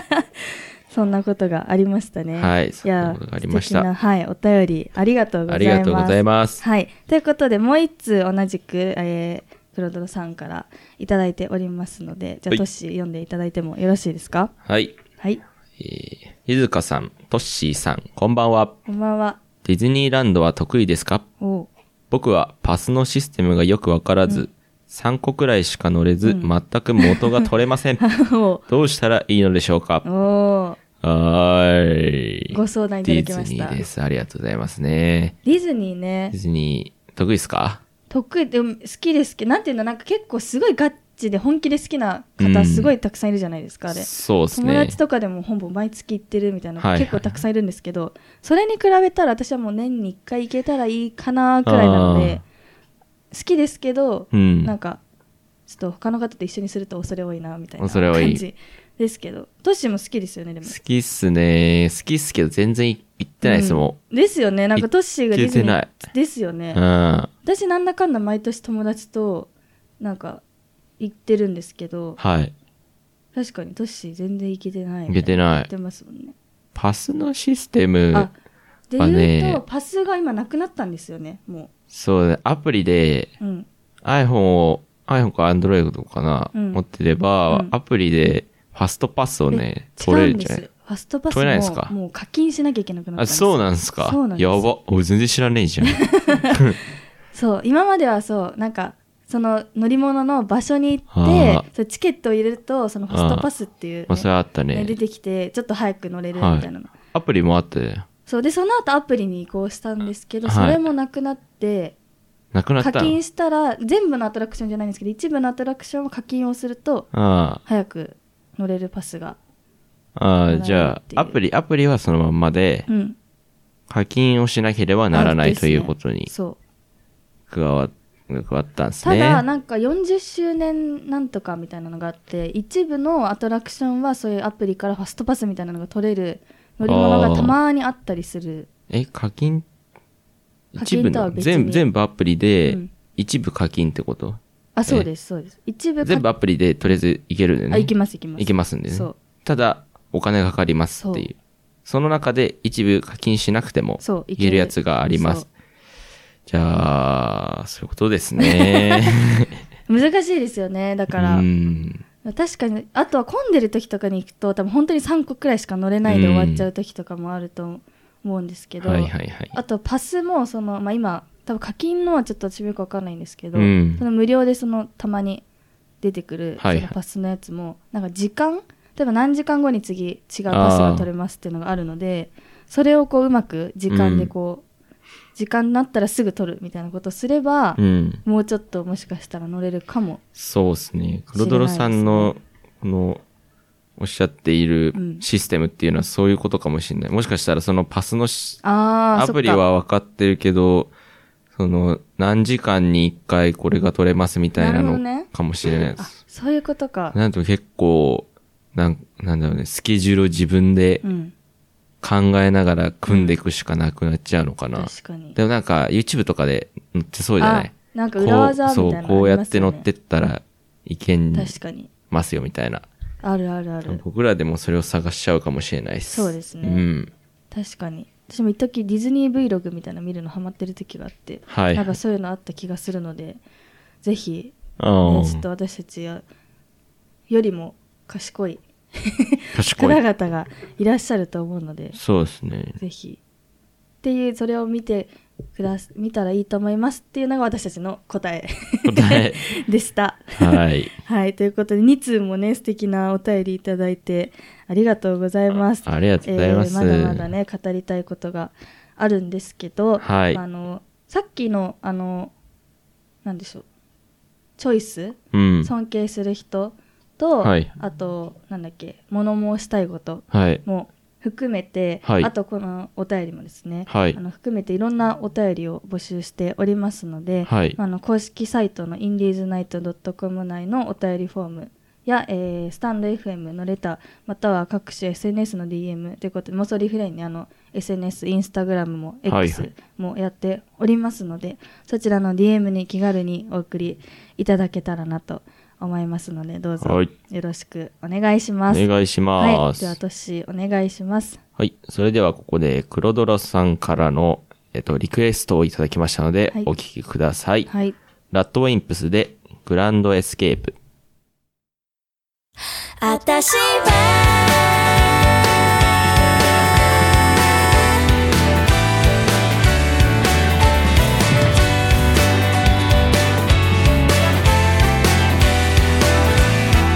Speaker 2: そんなことがありましたね。
Speaker 3: はいそん
Speaker 2: や
Speaker 3: なことがありました
Speaker 2: 素敵なはい、お便り ありがとうござ
Speaker 3: あ
Speaker 2: います。
Speaker 3: りがとうございます
Speaker 2: はい、ということでもう一通同じく、えー、黒泥さんからいただいておりますので、じゃ
Speaker 3: は
Speaker 2: あ
Speaker 3: い
Speaker 2: トッシー読んでいただいてもよろしいですか。
Speaker 3: はい。
Speaker 2: はい、
Speaker 3: えー、ゆずかさん、とっしーさん、こんばんは。
Speaker 2: こんばんは。
Speaker 3: ディズニーランドは得意ですか
Speaker 2: おう
Speaker 3: 僕はパスのシステムがよくわからず、3個くらいしか乗れず、全く元が取れませ ん。
Speaker 2: お
Speaker 3: どうしたらいいのでしょうか
Speaker 2: う、お
Speaker 3: はー
Speaker 2: う
Speaker 3: い。
Speaker 2: ご相談いた
Speaker 3: デ
Speaker 2: だ
Speaker 3: ィ
Speaker 2: き
Speaker 3: ズ
Speaker 2: まし
Speaker 3: ニ
Speaker 2: た。
Speaker 3: ーです。ありがとうございますね。
Speaker 2: ディズニーね
Speaker 3: ディ、ズニー、得意ですか
Speaker 2: 得意でも好きですけど、なんていうのなんか結構すごいガッチで本気で好きな方、
Speaker 3: うん
Speaker 2: すごいたくさんいるじゃないですか。あれ
Speaker 3: そうですね。
Speaker 2: 友達とかでもほぼ毎月行ってるみたいな、
Speaker 3: はいはい
Speaker 2: 結構たくさんいるんですけどそれに比べたら私はもう年に1回行けたらいいかなくらいなので好きですけど、
Speaker 3: うん
Speaker 2: なんかちょっと他の方と一緒にすると恐れ多いなみたいな
Speaker 3: 恐れ多い
Speaker 2: 感じですけどトッシーも好きですよねでも
Speaker 3: 好きっすね。好きっすけど全然行ってないですも
Speaker 2: うんですよねなんかトッシーがディズニ
Speaker 3: 行
Speaker 2: ー
Speaker 3: けて
Speaker 2: ですよね、
Speaker 3: ん。うん。
Speaker 2: 私なんだかんだ毎年友達となんか行ってるんですけど
Speaker 3: はい。
Speaker 2: 確かにトッシー全然行けてない
Speaker 3: 行けてない
Speaker 2: 行ってますもんね
Speaker 3: パスのシステム
Speaker 2: あ、で
Speaker 3: まあ
Speaker 2: 言うと、
Speaker 3: ね
Speaker 2: パスが今なくなったんですよね、も
Speaker 3: そうね、アプリで
Speaker 2: う。うん。
Speaker 3: iPhone を、iPhone か Android かな、
Speaker 2: うん
Speaker 3: 持ってれば、
Speaker 2: うん
Speaker 3: アプリでファストパスをね、
Speaker 2: え違
Speaker 3: 取れ
Speaker 2: う
Speaker 3: る
Speaker 2: ん
Speaker 3: じ
Speaker 2: で
Speaker 3: ゃな
Speaker 2: す
Speaker 3: い。
Speaker 2: ファストパス
Speaker 3: 取れないです
Speaker 2: も
Speaker 3: か
Speaker 2: もう課金しなきゃいけなくなったん
Speaker 3: あ、
Speaker 2: です
Speaker 3: そうなんですか
Speaker 2: そうなんです
Speaker 3: やば。俺全然知らねえじゃ ん。
Speaker 2: そう、今まではそう、なんか、その乗り物の場所に行
Speaker 3: あ
Speaker 2: っ
Speaker 3: ー
Speaker 2: て、そうチケットを入れると、そのファストパスっていうね、
Speaker 3: まあ、それあった
Speaker 2: ね
Speaker 3: ね
Speaker 2: 出。てきて、ちょっと早く乗れるみ
Speaker 3: は
Speaker 2: たいなの。
Speaker 3: い。アプリもあったね。
Speaker 2: そう、で、その後アプリに移行したんですけど、
Speaker 3: はい
Speaker 2: それもなくなって、
Speaker 3: なくなった
Speaker 2: 課
Speaker 3: の
Speaker 2: 金したら、全部のアトラクションじゃないんですけど、一部のアトラクションを課金をすると、
Speaker 3: あ
Speaker 2: 早く乗れるパスが。
Speaker 3: あ、ああ、じ
Speaker 2: ならない
Speaker 3: ゃ
Speaker 2: っていう
Speaker 3: あ、アプリ、アプリはそのまんまで、
Speaker 2: うん。
Speaker 3: 課金をしなければならない
Speaker 2: です
Speaker 3: と
Speaker 2: ね
Speaker 3: いうことに
Speaker 2: そう。
Speaker 3: 加わ加わったんです
Speaker 2: た
Speaker 3: ね。
Speaker 2: だなんか40周年なんとかみたいなのがあって一部のアトラクションはそういうアプリからファストパスみたいなのが取れる乗り物がたまにあったりする
Speaker 3: え、課金
Speaker 2: 課
Speaker 3: 一部
Speaker 2: 金とは
Speaker 3: の
Speaker 2: 別に
Speaker 3: 全部、全部アプリ
Speaker 2: う
Speaker 3: で
Speaker 2: ん、
Speaker 3: 一部課金ってこと、
Speaker 2: あそうですそうです一部か
Speaker 3: 全部アプリでとりあえずいけるんだよね。
Speaker 2: あいけますいけます
Speaker 3: いけますんでね。
Speaker 2: そう
Speaker 3: ただ、お金がかかりますっていう。
Speaker 2: そ
Speaker 3: その中で一部課金しなくても
Speaker 2: そう、い
Speaker 3: い
Speaker 2: ける
Speaker 3: けるやつがありま
Speaker 2: そ
Speaker 3: す。じゃあ、そういうことですね。
Speaker 2: 難しいですよね だから
Speaker 3: うん。
Speaker 2: 確かにあとは混んでる時とかに行くと多分本当に3個くらいしか乗れないで終わっちゃう時とかもあると思うんですけど、
Speaker 3: はいはいはい。
Speaker 2: あとパスもその、まあ、今多分課金のはちょっと私もよくわかんないんですけど、
Speaker 3: うん
Speaker 2: その無料でそのたまに出てくるそ
Speaker 3: はいはい
Speaker 2: のパスのやつも、なんか時間例えば何時間後に次違うパスが取れますっていうのがあるのでそれをこううまく時間でこう、時間になったらすぐ取るみたいなことをすれば
Speaker 3: う、ん。
Speaker 2: もうちょっともしかしたら乗れるかも
Speaker 3: そうですね。黒泥さんの、この、おっしゃっている
Speaker 2: うん
Speaker 3: システムっていうのはそういうことかもしれない。もしかしたらそのパスのし
Speaker 2: あー
Speaker 3: アプリは分かってるけど、その、何時間に一回これが撮れますみたいな
Speaker 2: なるほどね
Speaker 3: のかもしれないで
Speaker 2: あ
Speaker 3: す。
Speaker 2: そういうことか
Speaker 3: なんと結構、なん、なんだろうね、スケジュールを自分で
Speaker 2: うん
Speaker 3: 考えながら組んでいくしかなくなっちゃうのかな。
Speaker 2: 確かに
Speaker 3: でもなんか YouTube とかで載ってそうじゃない
Speaker 2: あなんか
Speaker 3: こ
Speaker 2: 裏
Speaker 3: う、
Speaker 2: 技みたい
Speaker 3: そ
Speaker 2: な
Speaker 3: う、
Speaker 2: の
Speaker 3: こう
Speaker 2: あり
Speaker 3: や
Speaker 2: ま
Speaker 3: っ
Speaker 2: す
Speaker 3: て
Speaker 2: よ
Speaker 3: 乗
Speaker 2: ね
Speaker 3: ってったらいけ
Speaker 2: 確かに
Speaker 3: ますよみたいな。
Speaker 2: あるあるある
Speaker 3: 僕らでもそれを探しちゃうかもしれないです。
Speaker 2: そうですね
Speaker 3: うん。
Speaker 2: 確かに私も一時ディズニー Vlog みたいなの見るのハマってる時があって、
Speaker 3: はい
Speaker 2: なんかそういうのあった気がするのでぜひ、
Speaker 3: あ
Speaker 2: ね、
Speaker 3: ー
Speaker 2: ちょっと私たちよりも賢い
Speaker 3: 賢
Speaker 2: 方
Speaker 3: い。
Speaker 2: 々がいらっしゃると思うので
Speaker 3: そうですね。
Speaker 2: ぜひっていうそれを見てくだす見たらいいと思いますっていうのが私たちの答え
Speaker 3: 答 え。
Speaker 2: でした。
Speaker 3: はい。
Speaker 2: はい、ということで2通もね素敵なお便りいただいてありがとうございます。
Speaker 3: ありがとうございます
Speaker 2: えーまだまだね語りたいことがあるんですけど、
Speaker 3: はい
Speaker 2: あのさっきのあのなんでしょうチョイス、
Speaker 3: うん。
Speaker 2: 尊敬する人と、
Speaker 3: はい
Speaker 2: あとなんだっけ物申したいこと
Speaker 3: はい。
Speaker 2: も含めて、
Speaker 3: はい
Speaker 2: あとこのお便りもですね、
Speaker 3: はい
Speaker 2: あの含めていろんなお便りを募集しておりますので、
Speaker 3: はい
Speaker 2: あの公式サイトの indiesnight.com 内のお便りフォームや、えースタンド FM のレターまたは各種 SNS の DM ということでモソリフレインにあの SNS インスタグラムも
Speaker 3: はい
Speaker 2: X もやっておりますので、そちらの DM に気軽にお送りいただけたらなと思いますのでどうぞ
Speaker 3: はい
Speaker 2: よろしくお願いし
Speaker 3: お
Speaker 2: ます。
Speaker 3: 願いし
Speaker 2: は
Speaker 3: ま
Speaker 2: い、
Speaker 3: す。
Speaker 2: じゃあ
Speaker 3: はい。
Speaker 2: 私お願いします。
Speaker 3: それではここで、黒泥さんからの、えっと、リクエストをいただきましたので
Speaker 2: はい、
Speaker 3: お聞きください。
Speaker 2: はい、
Speaker 3: ラッドウィンプスで、グランドエスケープ。
Speaker 4: あたしは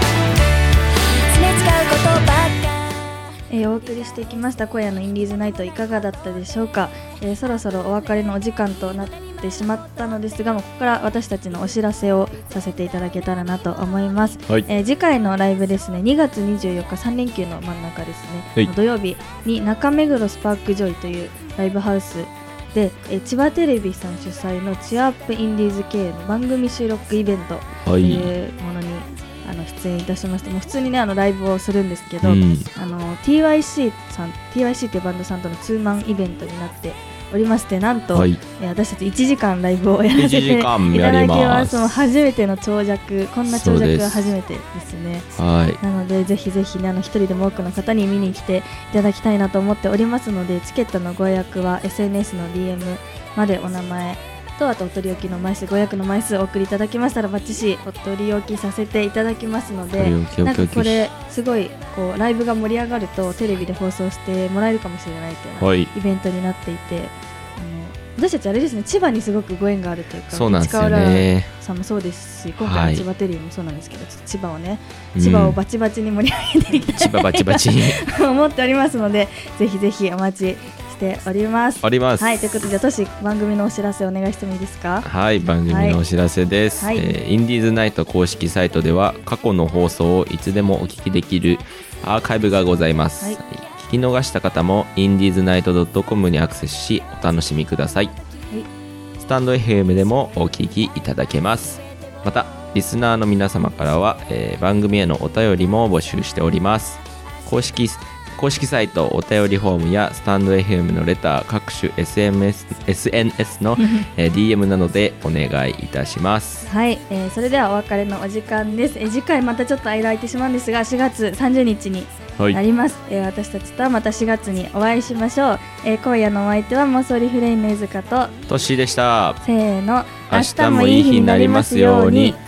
Speaker 4: すれ違うことばっか
Speaker 2: えーお送りしてきました今夜のインディーズナイトいかがだったでしょうか、えーそろそろお別れのお時間となってしまったのですがもうここから私たちのお知らせをさせていただけたらなと思います、
Speaker 3: はい
Speaker 2: えー次回のライブですね2月24日3連休の真ん中です
Speaker 3: は
Speaker 2: ね、
Speaker 3: い
Speaker 2: 土曜日に中目黒スパークジョイというライブハウスで、えー千葉テレビさん主催のチアアップインディーズ系の番組収録イベント
Speaker 3: は
Speaker 2: って
Speaker 3: い。
Speaker 2: いうものにあの出演いたしましてもう普通にねあのライブをするんですけど、
Speaker 3: うん
Speaker 2: あの TYC さん TYC っていうバンドさんとのツーマンイベントになっておりましてなんと、
Speaker 3: はい。
Speaker 2: えー私たち1時間ライブをやらせて
Speaker 3: 1
Speaker 2: い
Speaker 3: 時
Speaker 2: た
Speaker 3: 間や
Speaker 2: だ
Speaker 3: り
Speaker 2: き
Speaker 3: ます
Speaker 2: ますもう初めての長尺こんな長
Speaker 3: そう
Speaker 2: 尺
Speaker 3: です
Speaker 2: は初めてですね
Speaker 3: はい。
Speaker 2: なのでぜひぜひねあの一人でも多くの方に見に来ていただきたいなと思っておりますのでチケットのご予約は SNS の DM までお名前とあとお取り置きの枚数ご予約の枚数をお送りいただきましたらバッチシお取り置きさせていただきますので
Speaker 3: お取り置き
Speaker 2: なんかこ
Speaker 3: お取り
Speaker 2: れすごいこうライブが盛り上がるとテレビで放送してもらえるかもしれないというような
Speaker 3: はい。
Speaker 2: イベントになっていてあの私たちあれですね千葉にすごくご縁があるというか
Speaker 3: そうなんですよ
Speaker 2: 市川浦
Speaker 3: ね。
Speaker 2: さんもそうですし今
Speaker 3: は
Speaker 2: 回
Speaker 3: い
Speaker 2: の千葉テレビもそうなんですけど、ちょっと千葉をね
Speaker 3: うん
Speaker 2: 千葉をバチバチに盛り上げていきたい
Speaker 3: 千葉バチバチ。
Speaker 2: と思っておりますのでぜひぜひお待ちしております。
Speaker 3: あります。
Speaker 2: はいということでトシ番組のお知らせお願いしてもいいですか
Speaker 3: はい番組のお知らせです、
Speaker 2: はい
Speaker 3: えーインディーズナイト公式サイトでは過去の放送をいつでもお聞きできるアーカイブがございます、
Speaker 2: はい
Speaker 3: 聞き逃した方もインディーズナイト .com にアクセスしお楽しみください、スタンド FM でもお聞きいただけますまたリスナーの皆様からは、えー番組へのお便りも募集しております公式公式サイトお便りフォームやスタンド FM のレター各種 SMS SNS の、えー DM などでお願いいたします
Speaker 2: はい、えーそれではお別れのお時間です、えー次回またちょっと間空いてしまうんですが4月30日に
Speaker 3: はい
Speaker 2: なります、えー私たちとはまた4月にお会いしましょう、えー今夜のお相手はモソリフレインのゆずかと
Speaker 3: トッシーでした
Speaker 2: せーの
Speaker 3: 明日もいい日になりますように
Speaker 4: 「